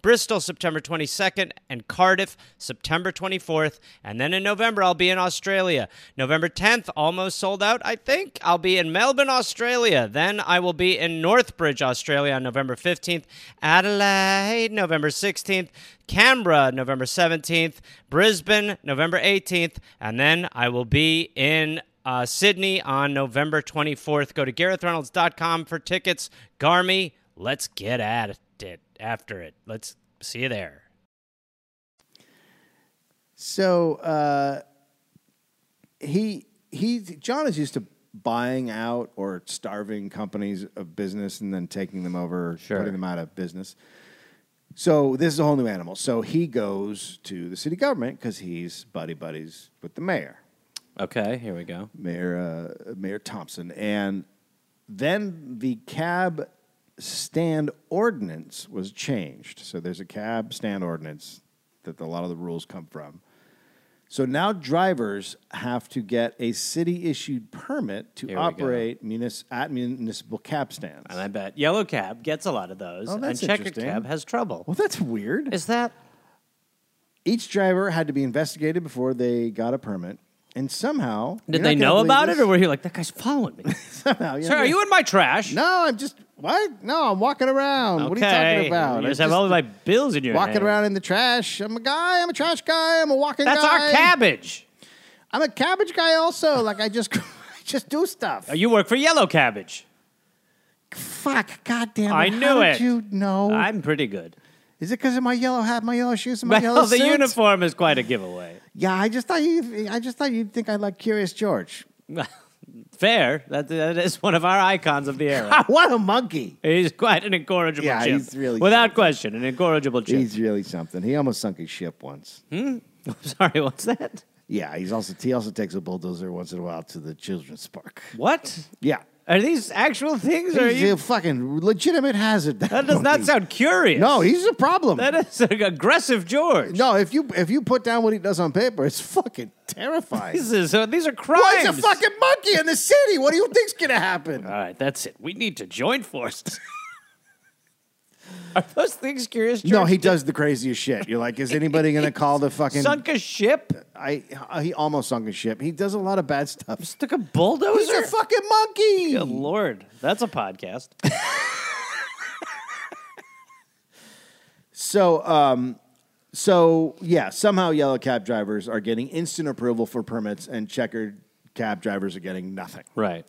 Bristol September 22nd, and Cardiff September 24th. And then in November, I'll be in Australia. November 10th, almost sold out, I think. I'll be in Melbourne, Australia. Then I will be in Northbridge, Australia on November 15th, Adelaide November 16th, Canberra November 17th, Brisbane November 18th, and then I will be in uh, Sydney on November 24th. Go to GarethReynolds.com for tickets. Garmy, let's get at it after it. Let's see you there.
So uh, he he John is used to buying out or starving companies of business and then taking them over,
Sure.
putting them out of business. So this is a whole new animal. So he goes to the city government because he's buddy buddies with the mayor.
Okay, here we go.
Mayor uh, Mayor Thompson, and then the cab stand ordinance was changed. So there's a cab stand ordinance that a lot of the rules come from. So now drivers have to get a city issued permit to
Here we go.
operate munis- at municipal cab stands.
And I bet Yellow Cab gets a lot of those,
Oh, that's
and Checkered
interesting.
Cab has trouble.
well, that's weird.
Is that?
Each driver had to be investigated before they got a permit. And somehow
Did they know about it, or were you like, that guy's
(laughs)
following me?
somehow,
Sir, are you in my trash?
No, I'm just what? No, I'm walking around. What are you
Okay,
talking about?
You just
I'm
have all of my bills in your
walking
hand.
around in the trash. I'm a guy. I'm a trash guy. I'm a walking
That's
guy.
our cabbage.
I'm a cabbage guy also. Like I just, (laughs) I just do stuff.
Oh, You work for Yellow Cabbage.
Fuck, goddamn!
I
How
knew
did
it.
You know?
I'm pretty good.
Is it because of my yellow hat, my yellow shoes, and my yellow
Well, the
suit?
uniform is quite a giveaway.
Yeah, I just thought you. I just thought you'd think I like
(laughs)
Curious George.
Fair. That, that is one of our icons of the
(laughs)
era.
What a monkey!
he's quite an incorrigible
Yeah,
chimp.
he's really
Without
something.
question, an incorrigible chimp.
He's really something. He almost sunk his ship once.
(laughs) Sorry, what's that?
Yeah, he's also he also takes a bulldozer once in a while to the children's park.
What?
Yeah.
Are these actual things? Or are
He's
you?
a fucking legitimate hazard. (laughs)
That does not
monkey.
sound curious.
No, he's a problem.
That is an aggressive George.
no, if you if you put down what he does on paper, it's fucking terrifying.
This is, uh, these are crimes.
Why is a fucking monkey in the city? What do you think's gonna happen?
All right, that's it. We need to join forces. (laughs) are those things curious? George?
No, he does the craziest shit. You're like, is anybody gonna call the fucking?
sunk a ship.
I he almost sunk a ship. He does a lot of bad stuff.
Took a
He's
bulldozer.
a fucking monkey.
Good lord, that's a
(laughs)
podcast.
So, um, so yeah, somehow yellow cab drivers are getting instant approval for permits, and checkered cab drivers are getting nothing.
right.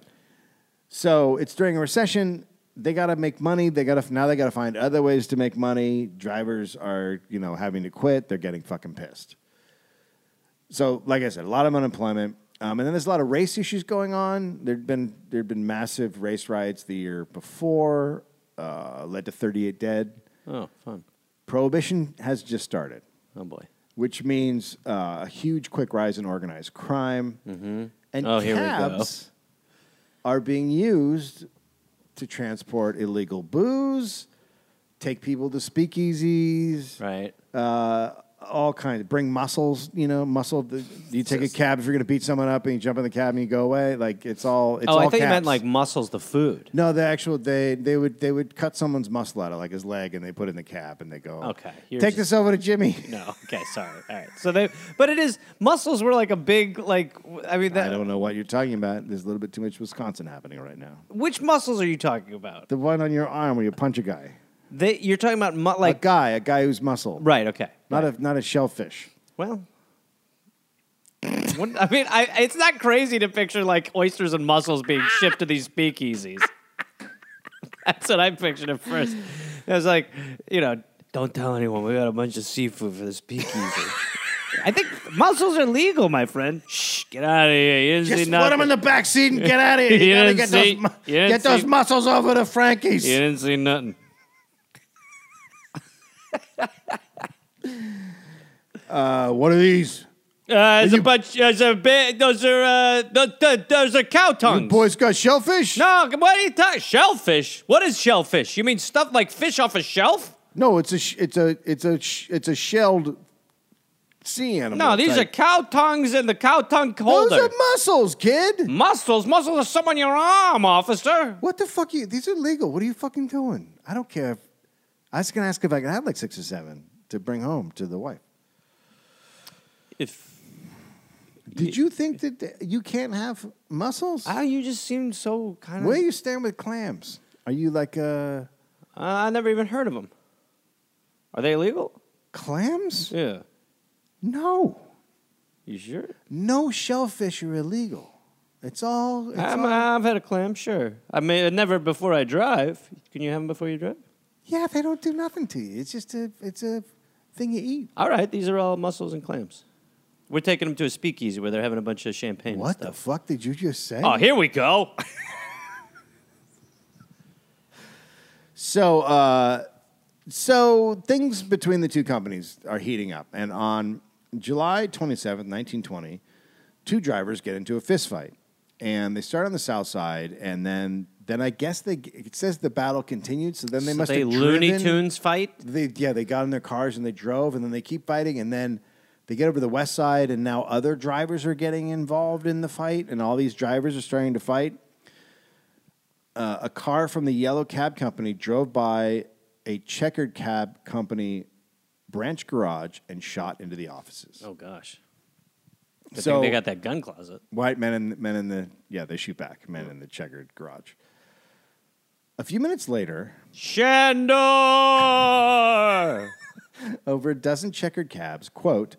So it's during a recession. They got to make money. They got to now. They got to find other ways to make money. Drivers are you know having to quit. They're getting fucking pissed. So like I said, a lot of unemployment, um, and then there's a lot of race issues going on. There'd been there'd been massive race riots the year before, uh, led to 38 dead.
Oh, fun.
Prohibition has just started
Oh boy.
which means uh, a huge quick rise in organized crime. And
Oh, here we go.
cabs are being used to transport illegal booze, take people to speakeasies,
Right.
uh, all kinds. Bring muscles, you know, muscle. You take a cab if you're going to beat someone up, and you jump in the cab and you go away. Like it's all. It's
oh,
all
I thought you meant
cabs.
like muscles the food.
No, the actual they they would they would cut someone's muscle out of like his leg and they put it in the cab and they go
Okay, you're
take
just-
this over to Jimmy.
No. Okay. Sorry. All right. So they, but it is muscles were like a big like. w- I mean, that,
I don't know what you're talking about. There's a little bit too much Wisconsin happening right now.
which muscles are you talking about?
The one on your arm where you punch a guy,
They, you're talking about mu-
a
like
guy, a guy who's muscle,
right. Okay.
Not a not a shellfish.
Well. Wouldn't- I mean, I, it's not crazy to picture like oysters and mussels being shipped to these speakeasies. (laughs) That's what I pictured at first. It was like, you know, don't tell anyone. We got a bunch of seafood for the speakeasy. I think mussels are legal, my friend. Shh, get out of here. You didn't
Just
see
put
nothing.
him in the back seat and
(laughs)
get out of here. You,
You
gotta
didn't
get
see-
those mu-
you didn't
get those
see-
muscles over to Frankie's.
You didn't see nothing.
Uh, what are these?
Uh, it's a bunch. It's a bit. Those are uh, those, those are cow tongues.
Boys got shellfish?
Mm. No, what are you talking? Shellfish? What is shellfish? You mean stuff like fish off a shelf?
No, it's a sh- it's a it's a sh- it's a shelled sea animal.
No, these are
type.
cow tongues in the cow tongue
those
holder.
are muscles, kid.
muscles, muscles are some on your arm, officer.
What the fuck? You these are legal. What are you fucking doing? I don't care. If, I was gonna ask if I could have like six or seven to bring home to the wife.
If
Did you think that th- you can't have muscles?
ah, you just seem so kind of.
Where you stand with clams? Are you like uh,
Uh, I never even heard of them. Are they illegal?
clams?
Yeah.
No,
You sure?
no shellfish are illegal. It's all. It's
I'm,
all-
Um, I've had a clam, sure. I mean, uh, never before I drive. Can you have them before you drive?
yeah, they don't do nothing to you. It's just a. It's a thing you eat.
All right, these are all mussels and clams. We're taking them to a speakeasy where they're having a bunch of champagne. and
What the
stuff.
fuck did you just say?
oh, here we go.
So, uh, so things between the two companies are heating up, and on July twenty seventh, nineteen twenty, two drivers get into a fist fight, and they start on the south side, and then then I guess they it says the battle continued, so then they
So
must
they
have
Looney
driven-
Tunes fight.
They yeah, they got in their cars and they drove, and then they keep fighting, and then. They get over to the west side, and now other drivers are getting involved in the fight, and all these drivers are starting to fight Uh, a car from the yellow cab company drove by a checkered cab company branch garage and shot into the offices.
Oh gosh. Good
So-
thing they got that gun closet.
White men in men in the yeah they shoot back men in the checkered garage. A few minutes later,
Shandor.
over a dozen checkered cabs, quote,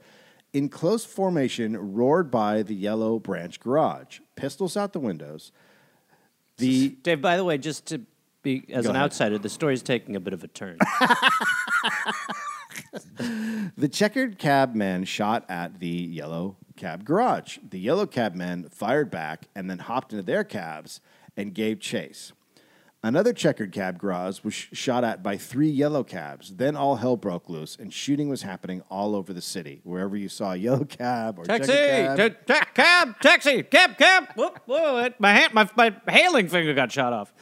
in close formation, roared by the yellow branch garage, pistols out the windows. The
Dave, by the way, just to be as
Go
an
ahead.
outsider, the story's taking a bit of a turn.
The checkered cab men shot at the yellow cab garage. The yellow cab men fired back and then hopped into their cabs and gave chase. Another checkered cab garage was sh- shot at by three yellow cabs. Then all hell broke loose and shooting was happening all over the city. Wherever you saw a yellow (laughs) cab
(laughs)
or
taxi,
checkered cab,
ta- ta- cab, taxi, cab, cab. Whoop, whoa, it- my hand, my, my hailing finger got shot off.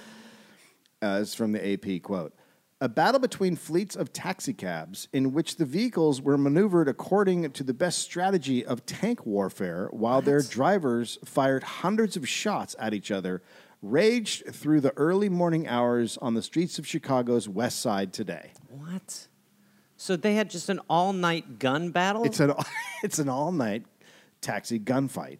uh, this is from the AP quote. A battle between fleets of taxicabs in which the vehicles were maneuvered according to the best strategy of tank warfare while their drivers fired hundreds of shots at each other raged through the early morning hours on the streets of Chicago's west side today.
What? So they had just an all-night gun battle.
It's an it's an all-night taxi gunfight.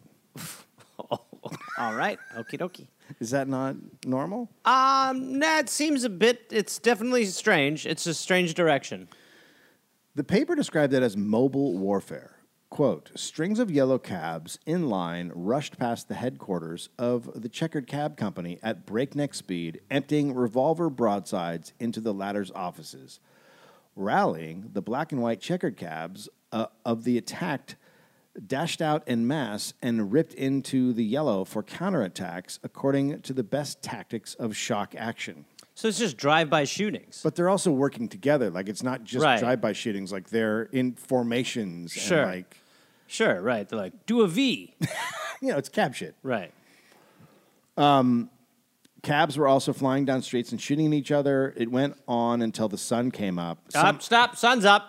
all right, okie dokie.
Is that not normal?
Um, nah, it seems a bit. It's definitely strange. It's a strange direction.
The paper described it as mobile warfare. Quote, strings of yellow cabs in line rushed past the headquarters of the Checkered Cab Company at breakneck speed, emptying revolver broadsides into the latter's offices. Rallying, the black and white checkered cabs uh, of the attacked dashed out en masse and ripped into the yellow for counterattacks according to the best tactics of shock action.
So it's just drive-by shootings.
But they're also working together. Like it's not just
Right.
drive-by shootings. Like they're in formations.
Sure.
And like
sure, right? They're like, do a
(laughs)
V,
you know, it's cab shit.
right?
Cabs were also flying down streets and shooting at each other. It went on until the sun came up. Some-
Stop, stop, sun's up.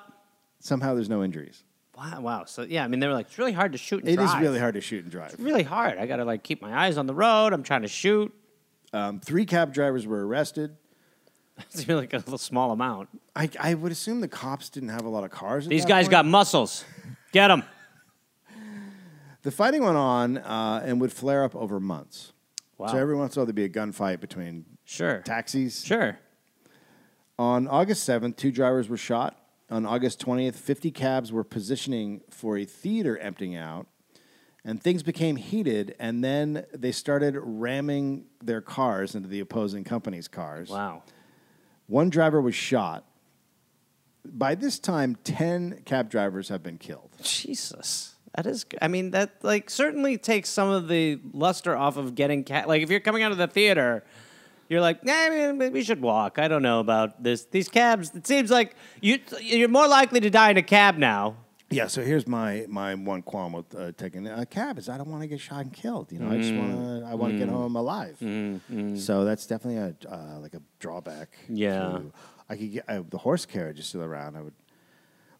somehow there's no injuries.
Wow, wow. So yeah, I mean, they were like, it's really hard to shoot. And
It is
drive.
really hard to shoot and drive.
really hard. I gotta like keep my eyes on the road. I'm trying to shoot. (laughs)
Um, three cab drivers were arrested.
It's really like a little small amount.
I, I would assume the cops didn't have a lot of cars. at
These
that
guys
point.
got muscles. Get them.
the fighting went on uh, and would flare up over months.
Wow.
So every once in a while there'd be a gunfight between
Sure.
taxis.
Sure.
On August 7th, two drivers were shot. On August 20th, 50 cabs were positioning for a theater emptying out, and things became heated, and then they started ramming their cars into the opposing company's cars.
Wow.
One driver was shot. By this time, 10 cab drivers have been killed.
Jesus. That is. I mean, that like certainly takes some of the luster off of getting cat. Like if you're coming out of the theater, you're like, nah, I mean, maybe we should walk. I don't know about this. These cabs. It seems like you you're more likely to die in a cab now.
Yeah, so here's my, my one qualm with uh, taking a cab is I don't want to get shot and killed. You know, I just
Mm.
want to I want to get home alive. So that's definitely a uh, like a drawback.
Yeah.
to- I could get uh, the horse carriage is still around. I would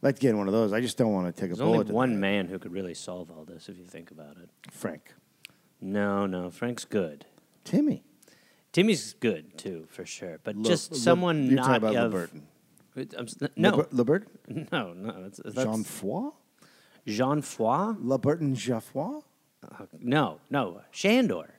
like to get in one of those. I just don't want to take a
There's
bullet.
only
to the
one
head.
man who could really solve all this if you think about it.
Frank,
No, no, Frank's good.
Timmy,
Timmy's good too, for sure. But
Le-
just
Le-
someone
you're
not
talking about
of
Liberton.
Wait, I'm s- n- no,
Liberton,
no, (laughs) no. It's, it's-
Jean
that's
Foy,
Jean Foy.
Liberton Jaffoy,
No, no, Shandor.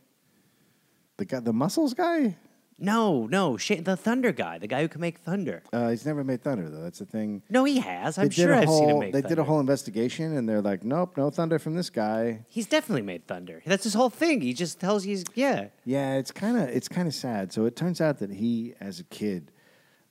the guy, the muscles guy.
No, no, Sha- the Thunder guy, the guy who can make thunder.
Uh, he's never made thunder though. That's the thing.
No, he has. I'm
did
sure
a
I've seen him
whole-
make.
They
thunder.
did a whole investigation, and they're like, "Nope, no thunder from this guy."
He's definitely made thunder. That's his whole thing. He just tells you he's yeah.
Yeah, it's kind of it's kind of sad. So it turns out that he, as a kid,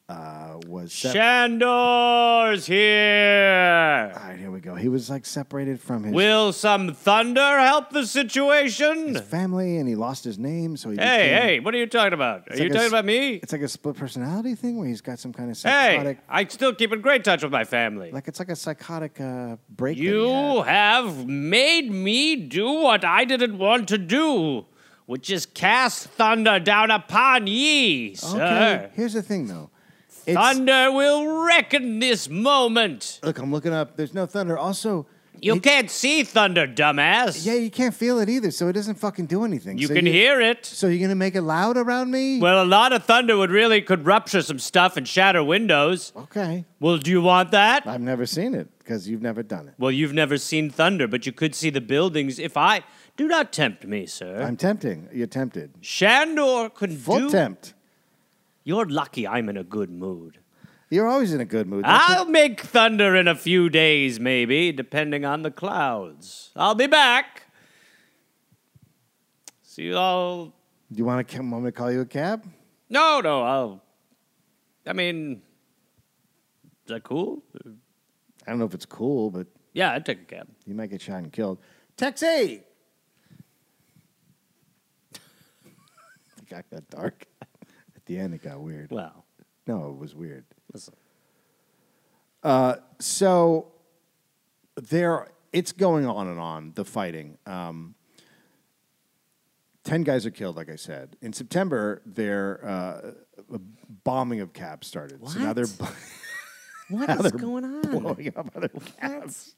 uh, was sep-
Shandor's here.
All right, here we go. He was like separated from his
Will some thunder help the situation?
family, and he lost his name, so he.
Hey,
became-
hey, what are you talking about? Are
It's
you
like a
talking
s-
about me?
It's like a split personality thing where he's got some kind of psychotic.
Hey, I still keep in great touch with my family.
Like it's like a psychotic uh, break. that he
You
had.
have made me do what I didn't want to do, which is cast thunder down upon ye,
Okay.
sir.
Here's the thing, though. It's,
Thunder will reckon this moment.
Look, I'm looking up. There's no thunder. Also,
You
he-
can't see thunder, dumbass.
Yeah, you can't feel it either, so it doesn't fucking do anything.
you
So
can hear it.
So you're gonna make it loud around me?
Well, a lot of thunder would really could rupture some stuff and shatter windows.
okay.
Well, do you want that?
I've never seen it because you've never done it.
Well, you've never seen thunder, but you could see the buildings. If I do not tempt me, sir.
I'm tempting. You're tempted.
Shandor can
Full
do.
tempt.
You're lucky. I'm in a good mood.
You're always in a good mood. That's
I'll make thunder in a few days, maybe, depending on the clouds. I'll be back. See you all.
it. Do you want to want me to call you a cab?
No, no. I'll. I mean, is that cool?
I don't know if it's cool, but
Yeah, I'd take a cab.
you might get shot and killed. Taxi. it got that dark. At the end, it got weird.
Well,
No, it was weird.
listen.
So there, it's going on and on. The fighting. Um, Ten guys are killed, like I said. In September, their uh, bombing of cabs started. So now they're
What?
Now
What is
they're
going on?
blowing up other cabs.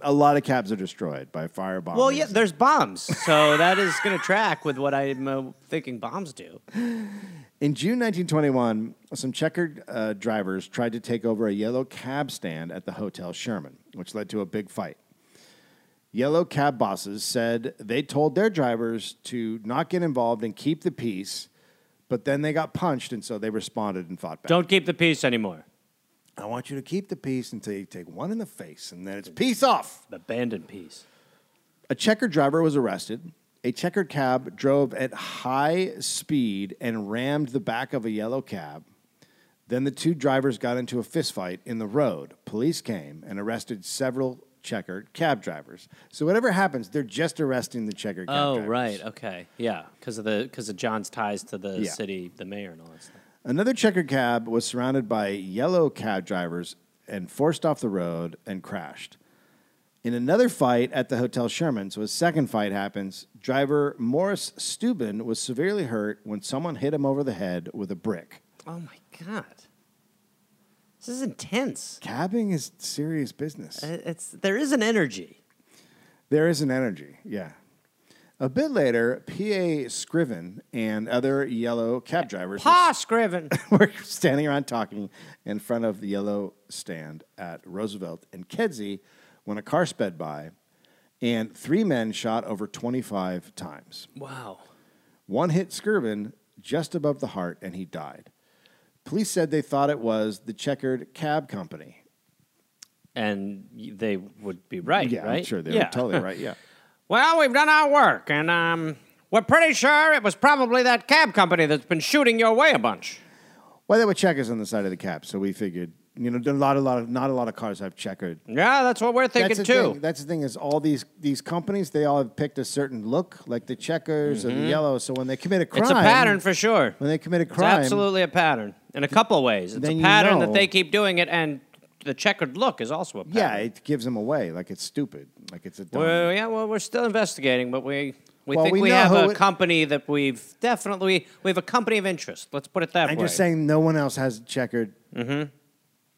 A lot of cabs are destroyed by firebombs.
Well, yeah, there's bombs, so that is going to track with what I'm uh, thinking bombs do.
In June 1921, some checkered uh, drivers tried to take over a yellow cab stand at the Hotel Sherman, which led to a big fight. Yellow cab bosses said they told their drivers to not get involved and keep the peace, but then they got punched, and so they responded and fought back.
Don't keep the peace anymore.
I want you to keep the peace until you take one in the face, and then it's peace off.
Abandon peace.
A checkered driver was arrested. A checkered cab drove at high speed and rammed the back of a yellow cab. Then the two drivers got into a fistfight in the road. Police came and arrested several checkered cab drivers. So whatever happens, they're just arresting the checkered cab
Oh
drivers.
right, okay, yeah, because of the because of John's ties to the
Yeah.
city, the mayor, and all that stuff.
Another checkered cab was surrounded by yellow cab drivers and forced off the road and crashed. In another fight at the Hotel Sherman, so his second fight happens, driver Morris Steuben was severely hurt when someone hit him over the head with a brick.
Oh my god, this is intense.
Cabbing is serious business.
Uh, It's there is an energy.
There is an energy, yeah. A bit later, P.A. Scriven and other yellow cab drivers were-
Pa Scriven.
(laughs) were standing around talking in front of the yellow stand at Roosevelt and Kedzie when a car sped by and three men shot over 25 times.
(coughs) wow.
One hit Skirvin just above the heart and he died. Police said they thought it was the checkered cab company.
And y- they would be right,
yeah,
right?
I'm sure they
Yeah.
were (laughs) totally right. Yeah.
(laughs) Well, we've done our work, and um, we're pretty sure it was probably that cab company that's been shooting your way a bunch.
Well, there were checkers on the side of the cab, so we figured, you know, a lot, a lot of, not a lot of cars have checkered
Yeah, that's what we're thinking
that's the
too.
Thing. That's the thing is all these these companies they all have picked a certain look, like the checkers and the yellow. So when they commit Mm-hmm. a crime,
It's a pattern for sure.
When they commit a
It's
crime,
absolutely a pattern in a couple ways. It's
then
a
you
pattern
know.
that they keep doing it, and the checkered look is also a pattern.
yeah, it gives them away. Like it's stupid. Like it's a dumb.
Well, yeah, well, we're still investigating, but we. We
Well,
think
we
we,
know
have
who
a
it-
company that we've definitely we have a company of interest. Let's put it that
I'm
way.
just saying, no one else has checkered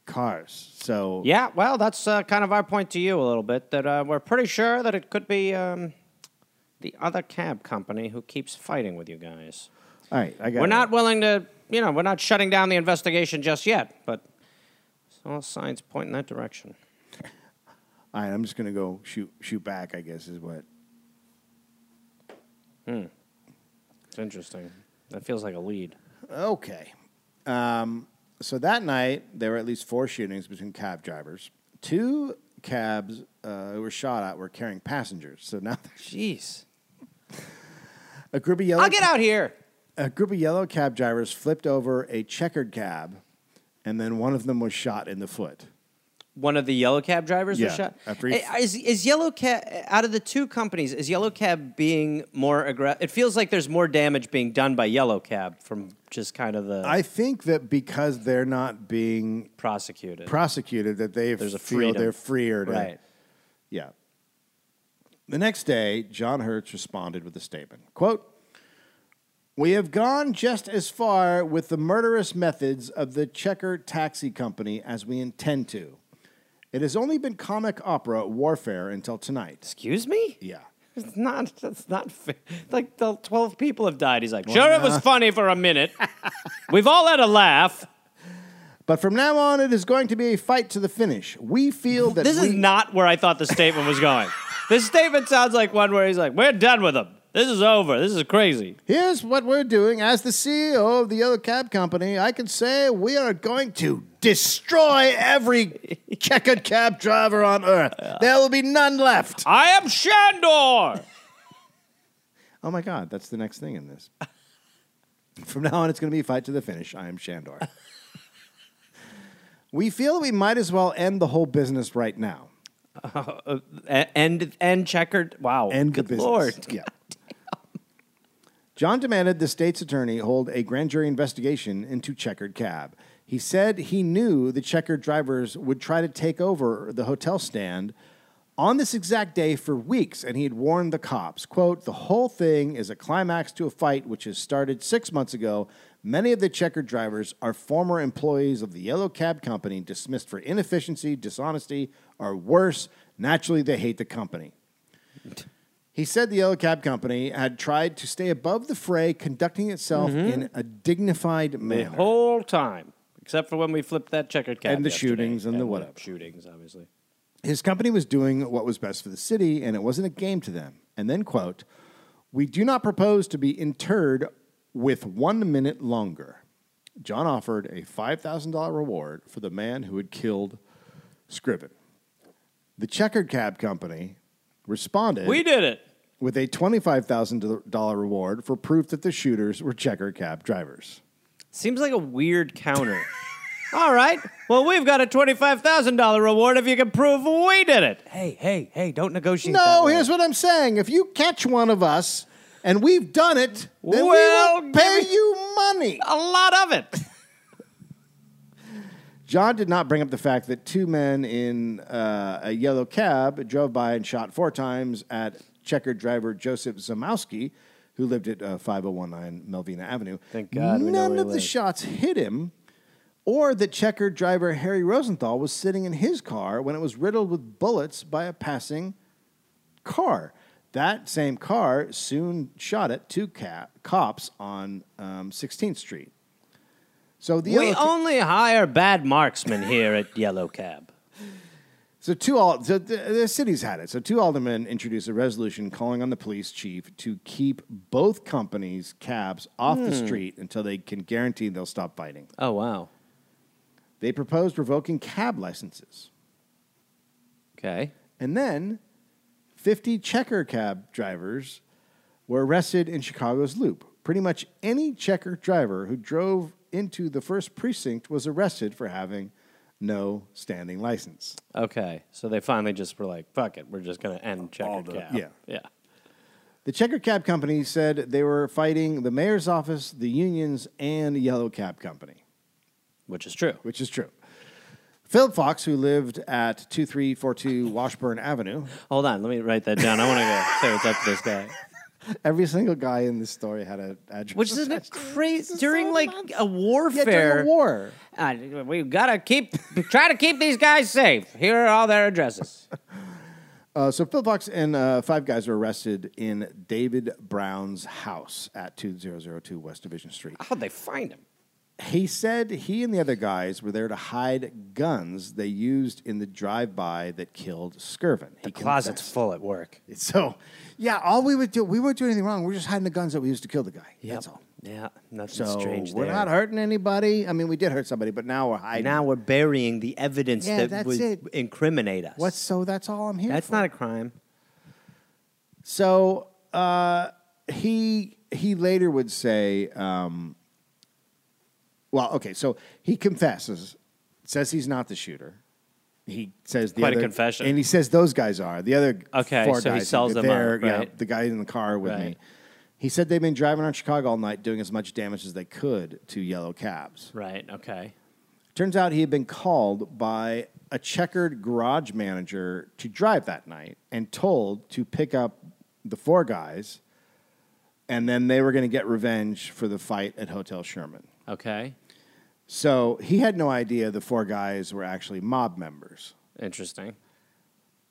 cars. So
Yeah, well, that's uh, kind of our point to you a little bit that uh, we're pretty sure that it could be um, the other cab company who keeps fighting with you guys.
all right, I got.
We're
it.
not willing to, you know, we're not shutting down the investigation just yet, but all signs point in that direction.
All right, I'm just gonna go shoot shoot back. I guess is what.
It's interesting. That feels like a lead.
Okay. Um, so that night, there were at least four shootings between cab drivers. Two cabs uh, who were shot at were carrying passengers. So now (laughs)
Jeez.
a group of yellow
I'll get out here.
a group of yellow cab drivers flipped over a checkered cab and then one of them was shot in the foot.
One of the yellow cab drivers
Yeah,
was shot.
after he-
Eh, is, is yellow cab out of the two companies? Is yellow cab being more aggressive? It feels like there's more damage being done by yellow cab from just kind of the
I think that because they're not being
prosecuted.
prosecuted, that they
There's a
feel
freedom.
they're freer. To,
right.
Yeah. The next day, John Hertz responded with a statement. Quote, we have gone just as far with the murderous methods of the Checker Taxi Company as we intend to. It has only been comic opera warfare until tonight.
Excuse me.
Yeah.
It's not. That's not fair. Like the twelve people have died. He's like, sure, it was funny for a minute. (laughs) We've all had a laugh.
But from now on, it is going to be a fight to the finish. We feel that
This
we,
is not where I thought the statement was going. this statement sounds like one where he's like, we're done with them. This is over. This is crazy.
Here's what we're doing. As the CEO of the Yellow Cab Company, I can say we are going to destroy
(laughs)
every checkered cab driver on earth. There will be none left.
I am Shandor.
Oh my God, that's the next thing
(laughs)
in this. From now on, it's going to be fight to the finish. I
(laughs)
am Shandor. we feel we might as well end the whole business right now.
and and checkered. Wow.
End
Good
the business.
Lord.
Yeah. John demanded the state's attorney hold a grand jury investigation into Checkered Cab. He said he knew the checkered drivers would try to take over the hotel stand on this exact day for weeks, and he had warned the cops, quote, the whole thing is a climax to a fight which has started six months ago. Many of the checkered drivers are former employees of the Yellow Cab Company, dismissed for inefficiency, dishonesty, or worse. Naturally, they hate the company. He said the Yellow Cab Company had tried to stay above the fray, conducting itself in a dignified manner.
Whole time, except for when we flipped that checkered cab
And the
yesterday.
shootings and the whatever.
Shootings, obviously.
His company was doing what was best for the city, and it wasn't a game to them. And then, quote, we do not propose to be interred with one minute longer. John offered a $5,000 reward for the man who had killed Scriven. The Checkered Cab Company responded.
We did it.
with a $25,000 reward for proof that the shooters were checker cab drivers.
Seems like a weird
(laughs)
counter. All right. Well, we've got a twenty-five thousand dollar reward if you can prove we did it. Hey, hey, hey! Don't negotiate. that
No,
way.
here's what I'm saying. If you catch one of us and we've done it, then
Well,
we will
give
pay
me-
you money.
a lot of it.
John did not bring up the fact that two men in uh, a yellow cab drove by and shot four times at checkered driver Joseph Zamowski, who lived at uh, 5019 Melvina Avenue.
Thank God we know
None
where he
of the
lives.
shots hit him, or that checkered driver Harry Rosenthal was sitting in his car when it was riddled with bullets by a passing car. That same car soon shot at two ca- cops on um, 16th Street. So the
we
(laughs) yellow ca-
only hire bad marksmen here at Yellow Cab.
So two all so the, the cities had it. So two aldermen introduced a resolution calling on the police chief to keep both companies' cabs off the street until they can guarantee they'll stop fighting.
Oh wow.
They proposed revoking cab licenses.
Okay.
And then 50 checker cab drivers were arrested in Chicago's Loop. Pretty much any checker driver who drove into the first precinct was arrested for having no standing license.
Okay. So they finally just were like, "Fuck it, we're just gonna end checkered cab."
yeah.
Yeah.
The Checker Cab Company said they were fighting the mayor's office, the unions, and Yellow Cab Company,
Which is true.
which is true. Philip Fox, who lived at 2342 Washburn (laughs) Avenue,
Hold on, let me write that down. I want to go say what's up to this guy.
every single guy in this story had an address.
Which is a crazy during
so
like
nuts.
a
yeah,
warfare.
during the war.
Uh, we've got to keep try to keep these guys safe. Here are all their addresses.
Uh, so Phil Fox and uh, five guys were arrested in David Brown's house at 2002 West Division Street.
How'd they find him?
He said he and the other guys were there to hide guns they used in the drive-by that killed Skirvin. He
The closet's
confessed.
full at work.
(laughs) So, yeah, all we would do, we weren't doing anything wrong. We were just hiding the guns that we used to kill the guy. That's all.
Yeah, nothing
So
strange
we're
there.
not hurting anybody. I mean, we did hurt somebody, but now we're hiding.
now we're burying the evidence
Yeah,
that
that's
would
it.
incriminate us.
What's so? That's all I'm here.
That's
for.
not a crime.
So uh, he he later would say, um, well, okay, so he confesses, says he's not the shooter. He says the
Quite a
other-
confession.
and he says those guys are the other.
Okay,
four
so he
guys
sells them
they're-
out,
yeah,
right.
the guy in the car with me.
Right.
He said they've been driving around Chicago all night, doing as much damage as they could to yellow cabs.
Right. Okay.
Turns out he had been called by a checkered garage manager to drive that night and told to pick up the four guys, and then they were going to get revenge for the fight at Hotel Sherman.
Okay.
So he had no idea the four guys were actually mob members.
Interesting.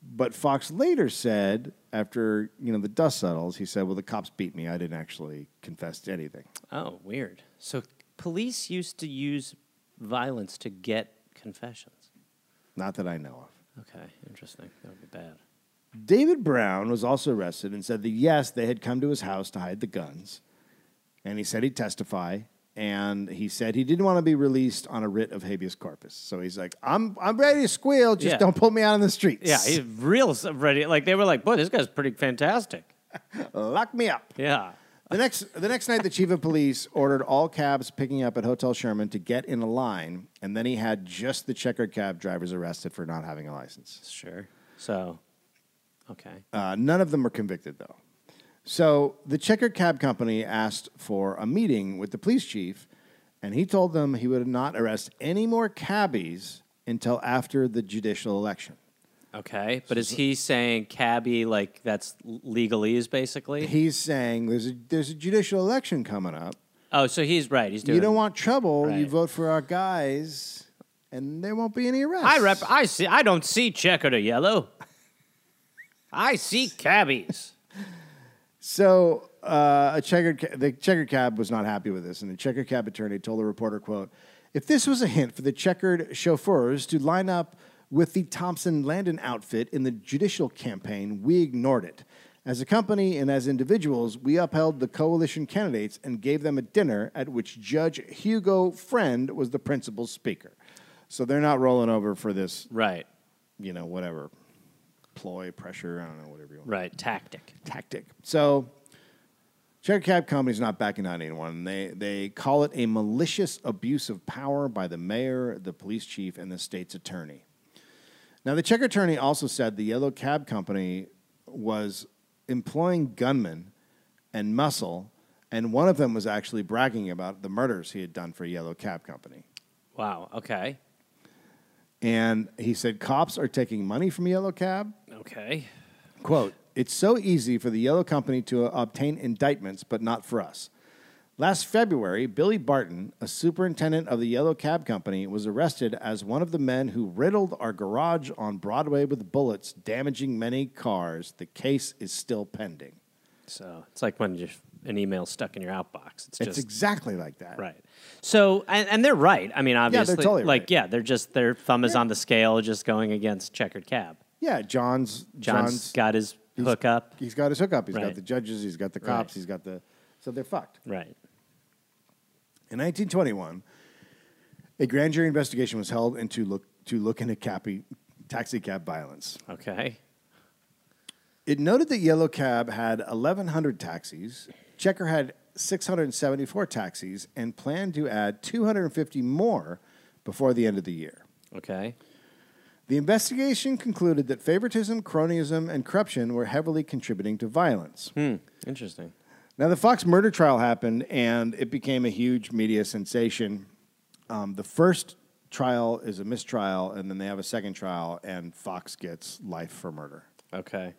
But Fox later said, after you know the dust settles, he said, "Well, the cops beat me. I didn't actually confess to anything."
Oh, weird. So police used to use violence to get confessions.
Not that I know of.
Okay. Interesting. That would be bad.
David Brown was also arrested and said that yes, they had come to his house to hide the guns. And he said he'd testify. And he said he didn't want to be released on a writ of habeas corpus. So he's like, I'm, I'm ready to squeal, just
Yeah.
don't put me out on the streets.
Yeah, (laughs) he's real s- ready. Like they were like, "Boy, this guy's pretty fantastic."
Lock me up.
Yeah.
The next, the next night, the chief of police ordered all cabs picking up at Hotel Sherman to get in a line. And then he had just the checkered cab drivers arrested for not having a license.
Sure. So, okay.
Uh, none of them were convicted, though. So the Checker Cab Company asked for a meeting with the police chief, and he told them he would not arrest any more cabbies until after the judicial election.
Okay. But is he saying cabbie like that's l- legalese basically?
He's saying there's a, there's a judicial election coming up.
oh, so he's right. He's doing.
You don't want trouble. You
Right.
vote for our guys, and there won't be any arrests.
I rep. I see. I don't see checkered or yellow. I see cabbies.
So uh, a checkered ca- the checkered cab was not happy with this, and the checkered cab attorney told the reporter, "quote If this was a hint for the checkered chauffeurs to line up with the Thompson Landon outfit in the judicial campaign, we ignored it. As a company and as individuals, we upheld the coalition candidates and gave them a dinner at which Judge Hugo Friend was the principal speaker. So they're not rolling over for this,
Right.
you know, whatever ploy, pressure, I don't know, whatever you want
Right. Tactic.
tactic. So, Checker Cab Company's not backing down anyone. They they call it a malicious abuse of power by the mayor, the police chief, and the state's attorney. Now, the check attorney also said the Yellow Cab Company was employing gunmen and muscle, and one of them was actually bragging about the murders he had done for Yellow Cab Company.
Wow. Okay.
And he said cops are taking money from Yellow Cab,
Okay.
Quote, it's so easy for the yellow company to obtain indictments, but not for us. Last February, Billy Barton, a superintendent of the Yellow Cab Company, was arrested as one of the men who riddled our garage on Broadway with bullets, damaging many cars. The case is still pending.
So it's like when you, an email stuck in your outbox. It's
It's
just
exactly like that.
right. So and, and they're right. I mean, obviously,
totally
like
right.
yeah, they're just their thumb is on the scale, just going against checkered cab.
Yeah, John's
John's
John's,
got his
he's-
hookup.
He's got his hookup. He's got
Right.
the judges. He's got the cops.
Right.
He's got the. So they're fucked.
Right.
In 1921, a grand jury investigation was held into look, to look into capi, taxi cab violence.
Okay.
It noted that Yellow Cab had 1,100 taxis, Checker had 674 taxis, and planned to add 250 more before the end of the year.
Okay.
The investigation concluded that favoritism, cronyism, and corruption were heavily contributing to violence.
Interesting.
Now, the Fox murder trial happened and it became a huge media sensation. Um, the first trial is a mistrial, and then they have a second trial, and Fox gets life for murder.
Okay.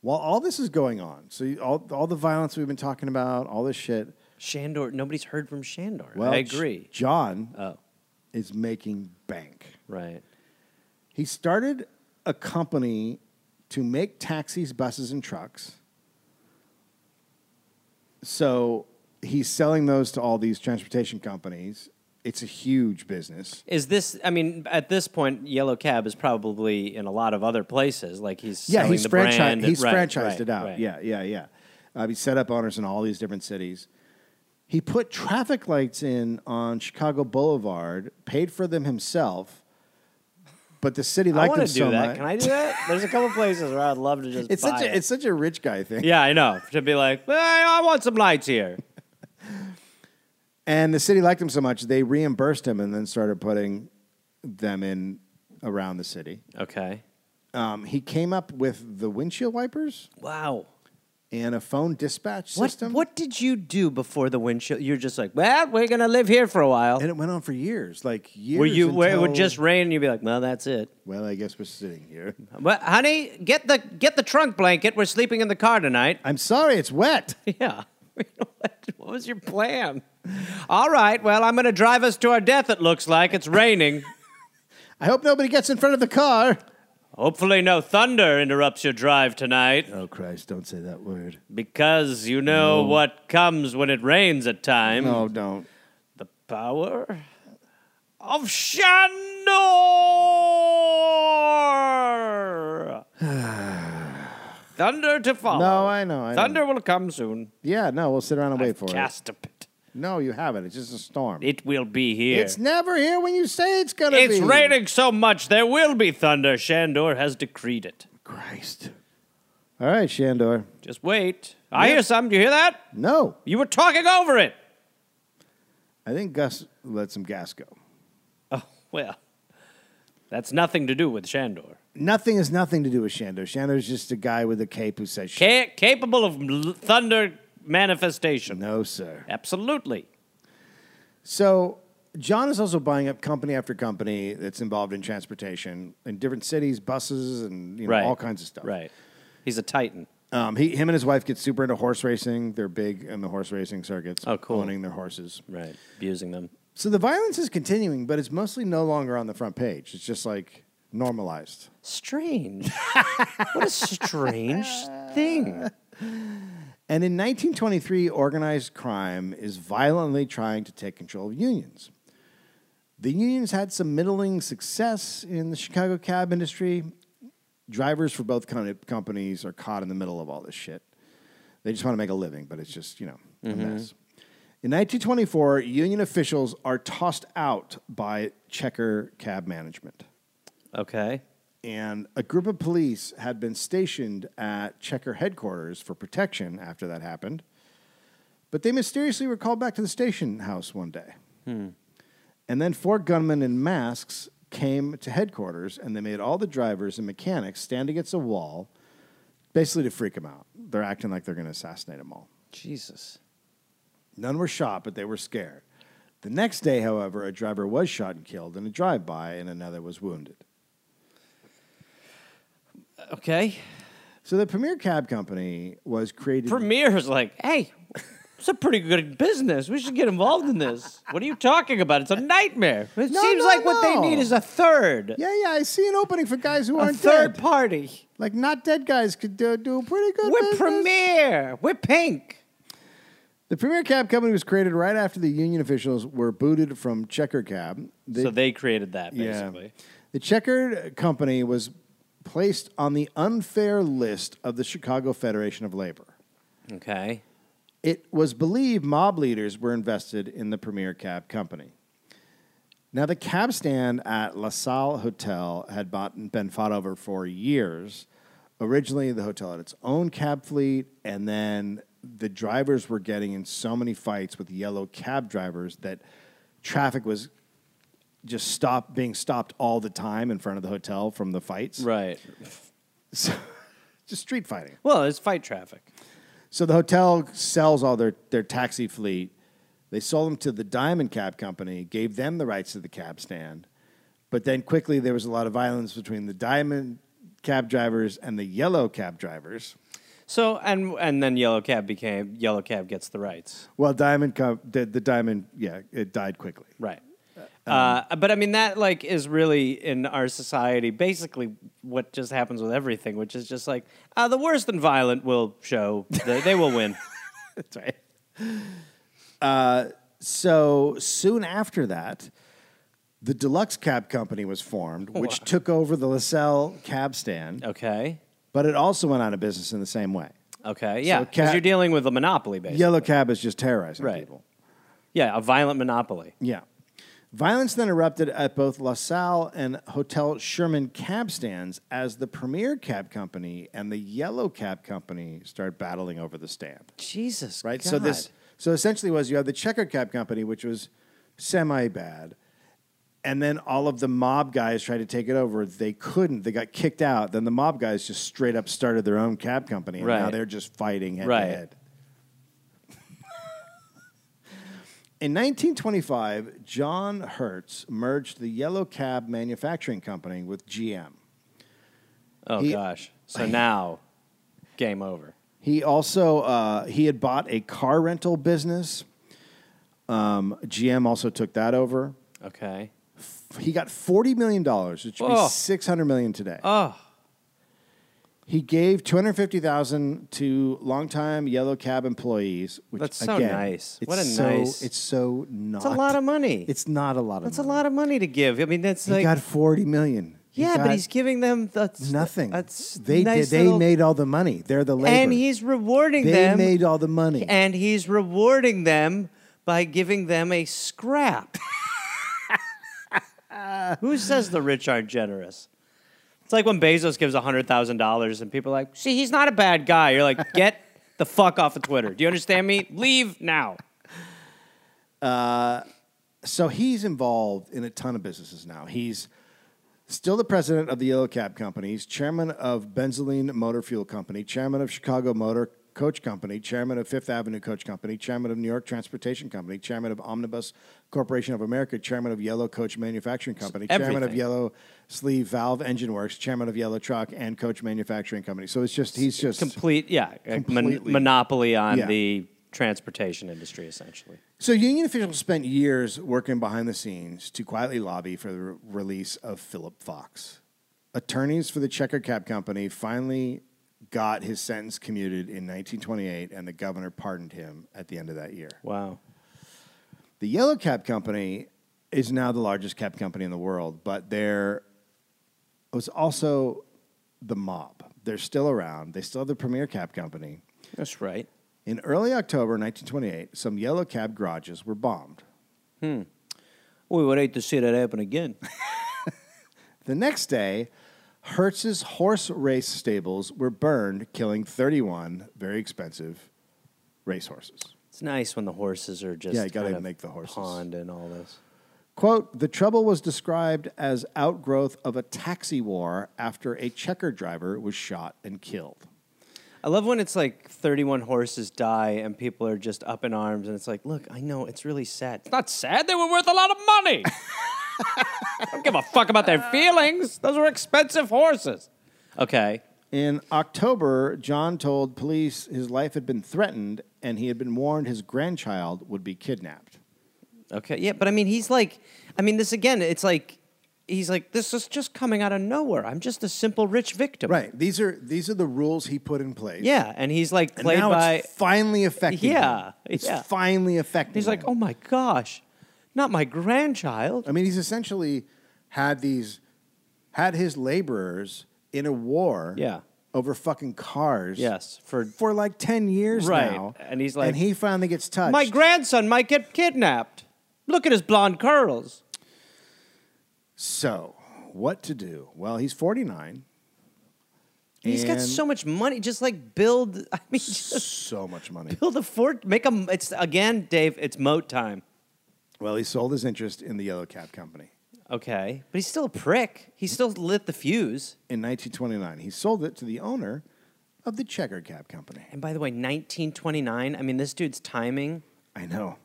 While all this is going on, so you, all, all the violence we've been talking about, all this shit.
Shandor. Nobody's heard from Shandor.
Well,
I agree.
J- John
oh,
is making bank.
right.
He started a company to make taxis, buses, and trucks. So he's selling those to all these transportation companies. It's a huge business.
Is this? I mean, at this point, Yellow Cab is probably in a lot of other places. Like he's
Yeah,
selling
he's,
the
franchi-
brand.
he's
right,
franchised
right,
it out.
right.
Yeah, yeah, yeah. Uh, he set up owners in all these different cities. He put traffic lights in on Chicago Boulevard, paid for them himself, but the city
I
liked
want
them
to do
so
that.
much.
Can I do that? There's a couple places where I'd
(laughs)
love to just.
it's
buy
such a
it.
it's such a rich guy thing.
Yeah, I know. To be like, hey, I want some lights here.
And the city liked him so much, they reimbursed him and then started putting them in around the city.
Okay.
Um, he came up with the windshield wipers
Wow.
and a phone dispatch
What,
system.
what did you do before the windshield? You're just like, well, we're gonna live here for a while.
And it went on for years, like years.
Were you? Where it would
until-
just rain, and you'd be like, well, that's it.
Well, I guess we're sitting here.
Well, honey, get the get the trunk blanket. We're sleeping in the car tonight. (laughs)
I'm sorry, it's wet.
Yeah. (laughs) what, what was your plan? All right. Well, I'm going to drive us to our death. It looks like it's raining. (laughs)
I hope nobody gets in front of the car.
Hopefully, no thunder interrupts your drive tonight,
Oh Christ! Don't say that word.
because you know what comes when it rains at times.
No, don't.
The power of Shandor. (sighs) thunder to follow.
No, I know. I know.
thunder will come soon.
Yeah, no. We'll sit around and wait for
Cast a pit.
it. No, you haven't. It's just a storm.
It will be here.
It's never here when you say it's gonna be.
It's raining so much, there will be thunder. Shandor has decreed it.
Christ. All right, Shandor.
Just wait. I hear something. Do you hear that?
No,
You were talking over it.
I think Gus let some gas go.
Oh, well. That's nothing to do with Shandor.
Nothing is nothing to do with Shandor. Shandor's just a guy with a cape who says, "Shit."
Ca- capable of l- thunder manifestation.
No, sir.
Absolutely.
So John is also buying up company after company that's involved in transportation in different cities, buses, and you know, (laughs) all kinds of stuff.
Right. He's a titan.
Um, he, him, and his wife get super into horse racing. They're big in the horse racing circuits.
Oh, cool.
Owning their horses.
Right. Abusing them.
So the violence is continuing, but it's mostly no longer on the front page. It's just like normalized.
Strange. what a strange thing.
And in 1923, organized crime is violently trying to take control of unions. The unions had some middling success in the Chicago cab industry. Drivers for both kind of companies are caught in the middle of all this shit. They just want to make a living, but it's just, you know, a mess. In 1924, union officials are tossed out by checker cab management.
Okay.
And a group of police had been stationed at Checker headquarters for protection after that happened. But they mysteriously were called back to the station house one day. And then four gunmen in masks came to headquarters and they made all the drivers and mechanics stand against a wall, basically to freak them out. They're acting like they're going to assassinate them all.
Jesus.
None were shot, but they were scared. The next day, however, a driver was shot and killed in a drive by, and another was wounded.
(laughs) Okay.
So the Premier Cab Company was created.
Premier's like, hey, it's a pretty good business. We should get involved in this. What are you talking about? It's a nightmare. It
No,
seems
no,
like what they
no.
need is a third,
yeah, yeah, I see an opening for guys who
a
aren't
third
dead.
party.
like not dead guys could do, do a pretty good.
We're
business.
Premier. We're pink.
The Premier Cab Company was created right after the union officials were booted from Checker Cab. The,
so they created that
yeah.
basically.
the Checkered Company was placed on the unfair list of the Chicago Federation of Labor.
Okay.
It was believed mob leaders were invested in the Premier Cab Company. Now, the cab stand at La Salle Hotel had bought, been fought over for years. Originally, the hotel had its own cab fleet, and then the drivers were getting in so many fights with yellow cab drivers that traffic was just stopped, being stopped all the time in front of the hotel from the fights.
Right.
So, just street fighting.
Well, it's fight traffic.
So the hotel sells all their, their taxi fleet. They sold them to the Diamond Cab Company, gave them the rights to the cab stand. But then quickly there was a lot of violence between the Diamond cab drivers and the yellow cab drivers.
So and and then yellow cab became yellow cab gets the rights.
Well, Diamond Cab, the, the Diamond, yeah, it died quickly.
Right. uh, but I mean that like is really in our society basically what just happens with everything, which is just like uh, the worst and violent will show they, they will
(laughs)
win.
That's right. Uh, so soon after that, the Deluxe Cab Company was formed, which took over the LaSalle cab stand,
Okay.
but it also went out of business in the same way.
Okay. Yeah. Because
cat-
you're dealing with a monopoly, basically.
Yellow cab is just terrorizing
Right.
people.
Yeah, a violent monopoly.
Yeah. Violence then erupted at both La Salle and Hotel Sherman cab stands as the Premier Cab Company and the Yellow Cab Company start battling over the stand.
Jesus.
Right? So this So essentially, was you have the checkered cap company, which was semi bad, and then all of the mob guys tried to take it over. They couldn't. They got kicked out. Then the mob guys just straight up started their own cab company, and now
Right.
they're just fighting head
Right.
to head. In 1925, John Hertz merged the Yellow Cab Manufacturing Company with GM.
Oh
He-
gosh. So now, game over.
He also uh, he had bought a car rental business. Um, GM also took that over.
Okay.
He got forty million dollars, which would
Oh.
be six hundred million today.
Oh.
He gave two hundred fifty thousand to longtime Yellow Cab employees. Which
That's so
again,
nice.
It's
What a
so,
nice-
It's so not.
It's a lot of money.
It's not a lot of.
that's a lot of money to give. I mean, that's
He
like
got forty million. He
yeah,
got
but he's giving them that's
nothing.
That's
they
nice
did, they
little-
made all the money. They're the labor.
and he's rewarding
they
them.
made all the money.
and he's rewarding them by giving them a scrap. (laughs) Who says the rich aren't generous? It's like when Bezos gives $100,000 and people are like, see, he's not a bad guy. You're like, get the fuck off of Twitter. Do you understand me? Leave now.
so he's involved in a ton of businesses now. He's still the president of the Yellow Cab Company. He's chairman of Benzoline Motor Fuel Company, chairman of Chicago Motor Coach Company, chairman of Fifth Avenue Coach Company, chairman of New York Transportation Company, chairman of Omnibus Corporation of America, chairman of Yellow Coach Manufacturing Company, chairman of
everything.
Yellow Sleeve Valve Engine Works, chairman of Yellow Truck and Coach Manufacturing Company. So it's just he's just
Complete, yeah, a mon-
Completely.
monopoly on
Yeah.
the transportation industry, essentially.
So union officials spent years working behind the scenes to quietly lobby for the re- release of Philip Fox. Attorneys for the Checker Cab Company finally got his sentence commuted in 1928, and the governor pardoned him at the end of that year.
Wow.
The Yellow Cab Company is now the largest cab company in the world, but there was also the mob. They're still around. They still have the premier cab company.
That's right.
In early October 1928, some yellow cab garages were bombed.
We would hate to see that happen again. (laughs)
The next day, Hertz's horse race stables were burned, killing 31 very expensive racehorses.
It's nice when the horses are just
Yeah, you gotta
kind of
make the horses.
pond and all this.
Quote, the trouble was described as outgrowth of a taxi war after a checker driver was shot and killed.
I love when it's like 31 horses die and people are just up in arms and it's like, look, I know it's really sad. It's not sad. They were worth a lot of
(laughs)
money. I don't give a fuck about their feelings. Those were expensive horses. Okay.
In October, John told police his life had been threatened and he had been warned his grandchild would be kidnapped.
Okay. Yeah. But I mean, he's like, I mean, this again, it's like, he's like, this is just coming out of nowhere. I'm just a simple rich victim.
Right. These are these are the rules he put in place.
Yeah. And he's like,
And
played
now
by.
it's finally affecting
Yeah,
him. It's
yeah.
finally affecting
he's like,
him.
oh my gosh, not my grandchild.
I mean, he's essentially had these had his laborers in a war
Yeah.
over fucking cars.
Yes. For
For like 10 years
Right.
now.
And he's like-
and he finally gets touched.
My grandson might get kidnapped. Look at his blonde curls.
so, what to do? Well,
(laughs)
he's 49.
He's got
And
so much money. Just like build, (laughs) I mean, just
so much money.
build a fort. Make a. It's again, Dave. It's moat time.
Well, he sold his interest in the Yellow Cab Company.
Okay, but he's still a prick. He still lit the fuse.
In 1929, he sold it to the owner of the Checker Cab Company.
And by the way, 1929. I mean, this dude's timing
I know.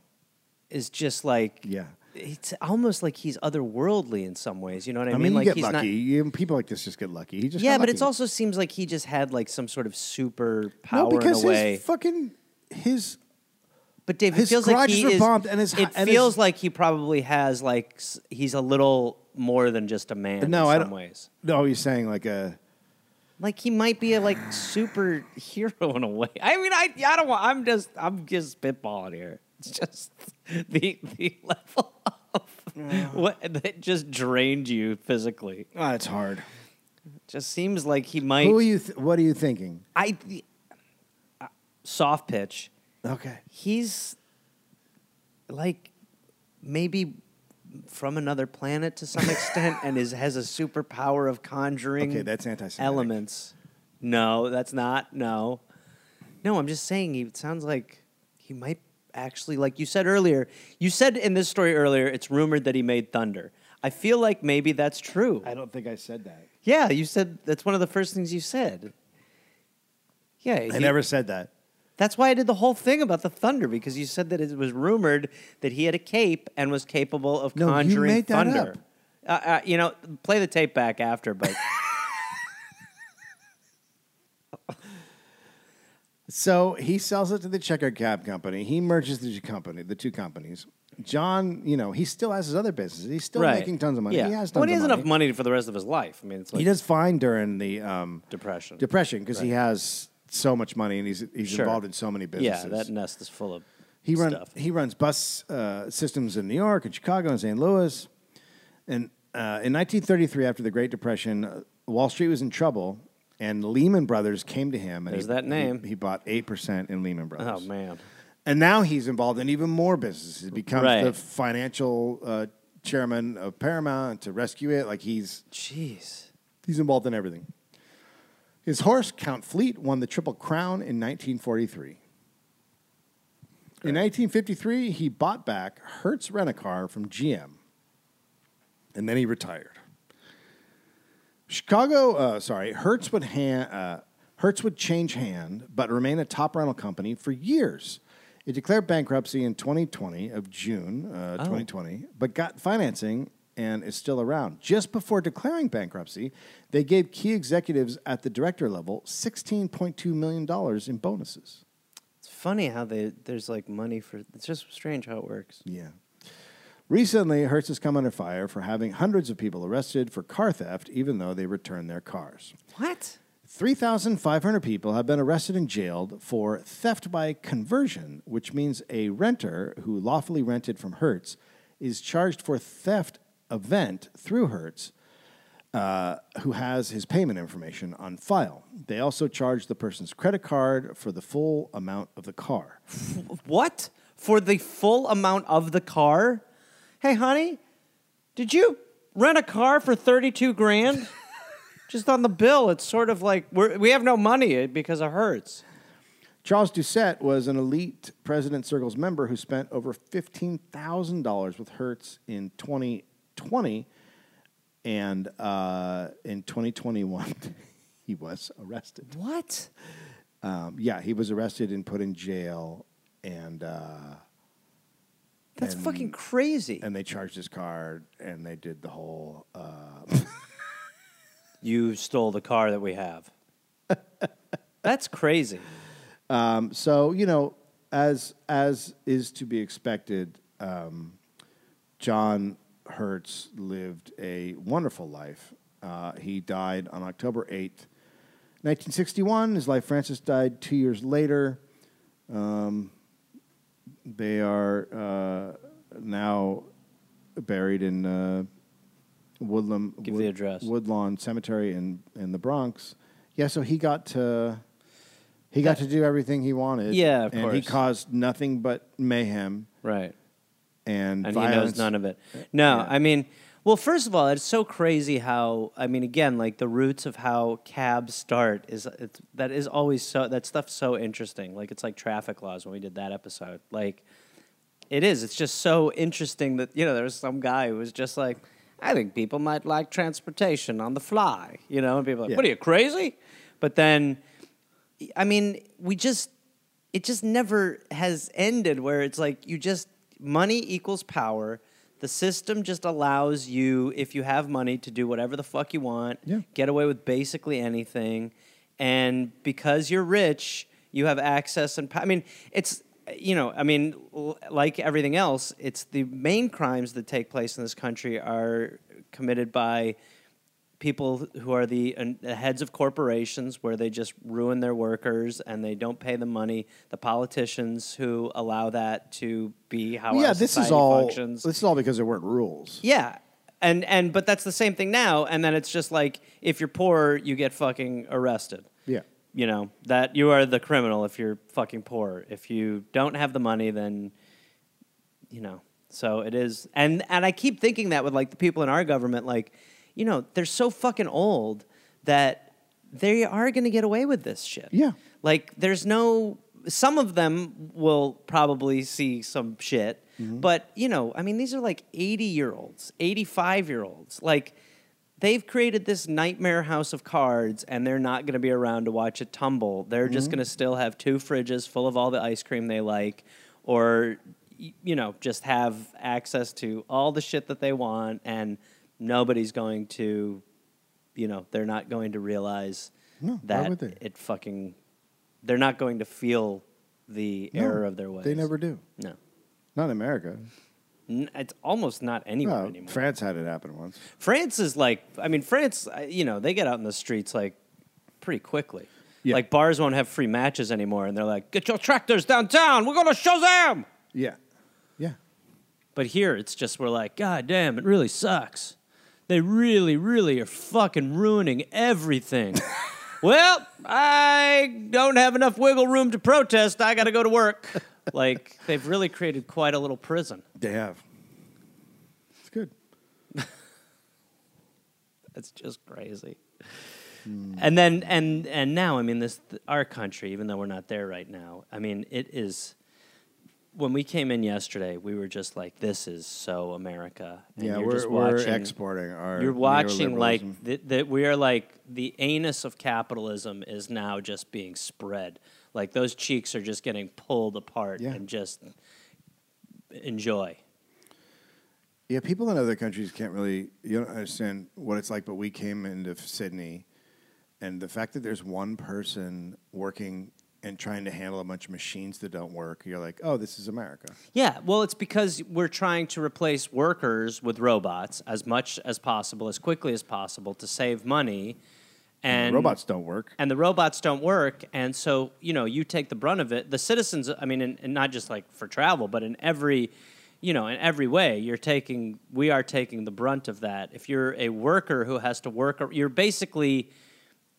is just like.
Yeah.
It's almost like he's otherworldly in some ways. You know what I,
I mean,
like
you get
he's
lucky.
not.
You- people like this just get lucky. He just
yeah,
got
but it
lucky.
also seems like he just had like some sort of super power
no because
in a way.
his fucking his
But Dave,
His
it feels like
garages
he
were
is.
bombed and his-
it
and his-
feels like he probably has like s- he's a little more than just a man.
No,
in
I
some
don't-
ways,
No, he's saying like a.
like he might be a like superhero in a way. (laughs) I mean, I I don't. want I'm just I'm just spitballing here. It's just (laughs) the the level of what that just drained you physically.
Oh, it's hard.
Just seems like he might.
Who are you? Th- what are you thinking?
I uh, soft pitch.
Okay.
he's like maybe from another planet to some extent and is has a superpower of conjuring
Okay, that's anti-Semitic.
elements no that's not no no i'm just saying he it sounds like he might actually, like you said earlier, you said in this story earlier, it's rumored that he made Thunder. I feel like maybe that's true.
I don't think I said that.
Yeah, you said that's one of the first things you said. Yeah,
I
he-
never said that.
That's why I did the whole thing about the thunder because you said that it was rumored that he had a cape and was capable of
No, you
conjuring
made that
thunder. Uh, uh, you know, play the tape back after,
(laughs)
but
So he sells it to the checkered cab company. He merges the two company, the two companies. John, you know, he still has his other businesses. He's still
Right.
making tons of money.
Yeah.
He has tons
well, he
of
has
money.
enough money for the rest of his life. I mean, it's like
He does fine during the um,
depression.
depression because he has so much money and he's he's
Sure.
involved in so many
yeah,
businesses.
that nest is full of
He run,
stuff.
he runs bus uh, systems in New York and Chicago and St. Louis. And uh, in 1933, after the Great Depression, uh, Wall Street was in trouble, and Lehman Brothers came to him. And
There's
he,
that name.
He, he bought eight percent in Lehman
oh
Brothers.
man,
And now he's involved in even more businesses. He becomes
Right.
the financial uh, chairman of Paramount to rescue it. Like he's
jeez.
he's involved in everything. His horse Count Fleet won the Triple Crown in 1943. In 1953, he bought back Hertz Rent a Car from GM, and then he retired. Chicago, uh, sorry, Hertz would hand, uh, Hertz would change hand, but remain a top rental company for years. It declared bankruptcy in 2020 of June uh, 2020, but got financing and is still around. Just before declaring bankruptcy, they gave key executives at the director level 16.2 million dollars in bonuses.
It's funny how they there's like money for. It's just strange how it works.
Yeah. Recently, Hertz has come under fire for having hundreds of people arrested for car theft, even though they returned their cars.
What?
3,500 people have been arrested and jailed for theft by conversion, which means a renter who lawfully rented from Hertz is charged for theft event through Hertz, uh, who has his payment information on file. They also charge the person's credit card for the full amount of the car.
What? For the full amount of the car? Hey, honey, did you rent a car for 32 (laughs) grand? Just on the bill, it's sort of like we're, we have no money because it hurts.
Charles Doucette was an elite President Circles member who spent over $15,000 with Hertz in 2020. And uh, in 2021, (laughs) he was arrested.
What?
Um, yeah, he was arrested and put in jail. And, uh,
That's fucking crazy.
and they charged his car and they did the whole. Uh,
you stole the car that we have. (laughs) That's crazy.
um, so, you know, as, as is to be expected, John Hertz lived a wonderful life. Uh, he died on October 8th, 1961. His wife Frances died two years later. Um, they are uh, now buried in uh, Woodlawn,
Give the address.
Woodlawn Cemetery in, in the Bronx. Yeah, so he got to. He got to do everything he wanted.
Yeah, of
and he
course.
caused nothing but mayhem
Right.
and,
and
violence.
he knows none of it. No,
yeah.
I mean, well, first of all, it's so crazy how I mean, again, like the roots of how cabs start is it's, that is always so that stuff's so interesting. Like it's like traffic laws when we did that episode. Like it is. It's just so interesting that you know there was some guy who was just like, I think people might like transportation on the fly. You know, and people are like,
Yeah.
what are you crazy? But then I mean, we just it just never has ended where it's like you just money equals power. The system just allows you, if you have money, to do whatever the fuck you want,
Yeah.
get away with basically anything, and because you're rich, you have access and power. I mean, it's you know, I mean, l- like everything else, it's the main crimes that take place in this country are committed by people who are the, uh, the heads of corporations where they just ruin their workers and they don't pay them money the politicians who allow that to be how
yeah,
our
this is
society
all.
functions
This is all because there weren't rules.
yeah and and but that's the same thing now and then it's just like if you're poor you get fucking arrested
Yeah.
you know that you are the criminal if you're fucking poor if you don't have the money then you know so it is and and i keep thinking that with like the people in our government like you know they're so fucking old that they are going to get away with this shit
Yeah.
like there's no some of them will probably see some shit, but you know, I mean, these are like 80 year olds, 85 year olds. Like, they've created this nightmare house of cards and they're not going to be around to watch it tumble. They're just going to still have two fridges full of all the ice cream they like or y- you know, just have access to all the shit that they want and nobody's going to you know, they're not going to realize
No, why
that
would they?
it fucking they're not going to feel the
No,
error of their ways.
They never do.
No.
Not in America.
N- It's almost not anywhere
No,
anymore.
Uh, France had it happen once.
France is like, I mean, France, uh, you know, they get out in the streets like pretty quickly.
Yeah.
Like bars won't have free matches anymore, and they're like, get your tractors downtown. We're going to Shazam.
Yeah. Yeah.
But here, it's just we're like, God damn, it really sucks. They really, really are fucking ruining
(laughs)
everything. well, I don't have enough wiggle room to protest. I got to go to work. like, they've really created quite a little prison.
They have. It's good.
That's just crazy.
Hmm.
And then and and now I mean this our country even though we're not there right now. I mean it is when we came in yesterday we were just like this is so America. And
yeah,
you're
we're,
just
we're
watching-
exporting our.
You're watching like
neoliberalism.
th- that we are like the anus of capitalism is now just being spread. Like those cheeks are just getting pulled apart
Yeah.
and just enjoy.
Yeah, people in other countries can't really you don't understand what it's like, but we came into Sydney and the fact that there's one person working and trying to handle a bunch of machines that don't work, you're like, "Oh, this is America."
Yeah, well, it's because we're trying to replace workers with robots as much as possible, as quickly as possible, to save money. And
Robots don't work.
and the robots don't work, and so you know you take the brunt of it. The citizens, I mean, and, and not just like for travel, but in every, you know, in every way, you're taking. We are taking the brunt of that. If you're a worker who has to work, ar- you're basically,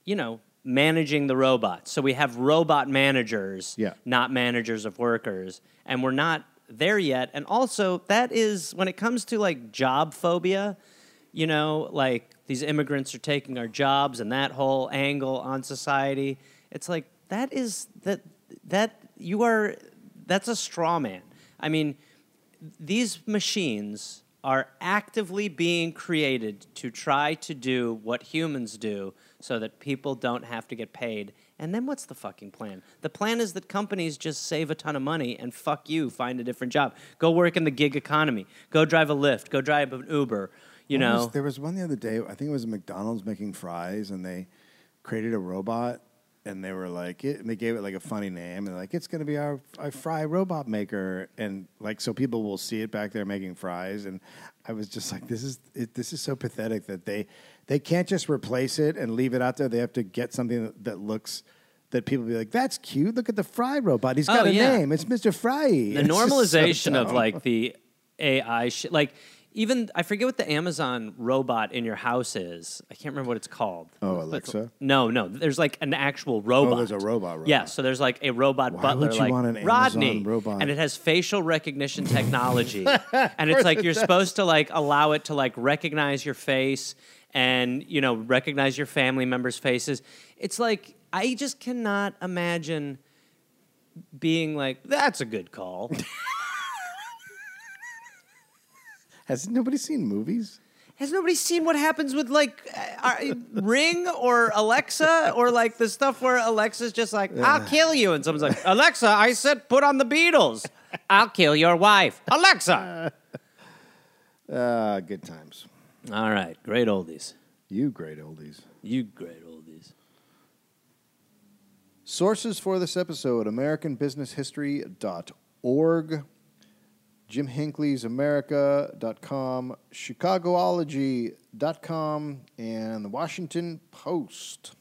you know, managing the robots. So we have robot managers,
Yeah.
not managers of workers, and we're not there yet. And also, that is when it comes to like job phobia, you know, like these immigrants are taking our jobs and that whole angle on society. It's like that is that that you are that's a straw man. I mean, these machines are actively being created to try to do what humans do so that people don't have to get paid. And then what's the fucking plan? The plan is that companies just save a ton of money and fuck you, find a different job. Go work in the gig economy. Go drive a Lyft. Go drive an Uber. You
What was-
know,
there was one the other day. I think it was McDonald's making fries, and they created a robot, and they were like, it, and they gave it like a funny name, and like it's going to be our, our fry robot maker, and like so people will see it back there making fries, and I was just like, this is it, this is so pathetic that they they can't just replace it and leave it out there. They have to get something that, that looks. That people be like, that's cute. Look at the fry robot. He's got
Oh,
a
yeah.
name. (laughs) It's Mr. Fry.
the normalization of like the AI shit. Like, even I forget what the Amazon robot in your house is. I can't remember what it's called.
Oh,
But-
Alexa? Oh,
no, no. There's like an actual robot.
there's a robot,
Yeah.
robot.
So there's like a robot
Why
butler,
would you
like
want an
Rodney,
Amazon robot?
and it has facial recognition
(laughs)
technology. and it's like you're supposed to like allow it to like recognize your face and you know recognize your family members' faces. It's like I just cannot imagine being like that's a good
(laughs)
call.
(laughs) Has nobody seen movies?
Has nobody seen what happens with like uh, uh, Ring or Alexa or like the stuff where Alexa's just like, I'll kill you? And someone's like, Alexa, I said put on the Beatles. I'll kill your wife. Alexa.
Uh, good times.
All right. Great oldies.
You great oldies.
You great oldies.
Sources for this episode AmericanBusinessHistory.org, Jim Hinckley's America.com, Chicagoology.com, and the Washington Post.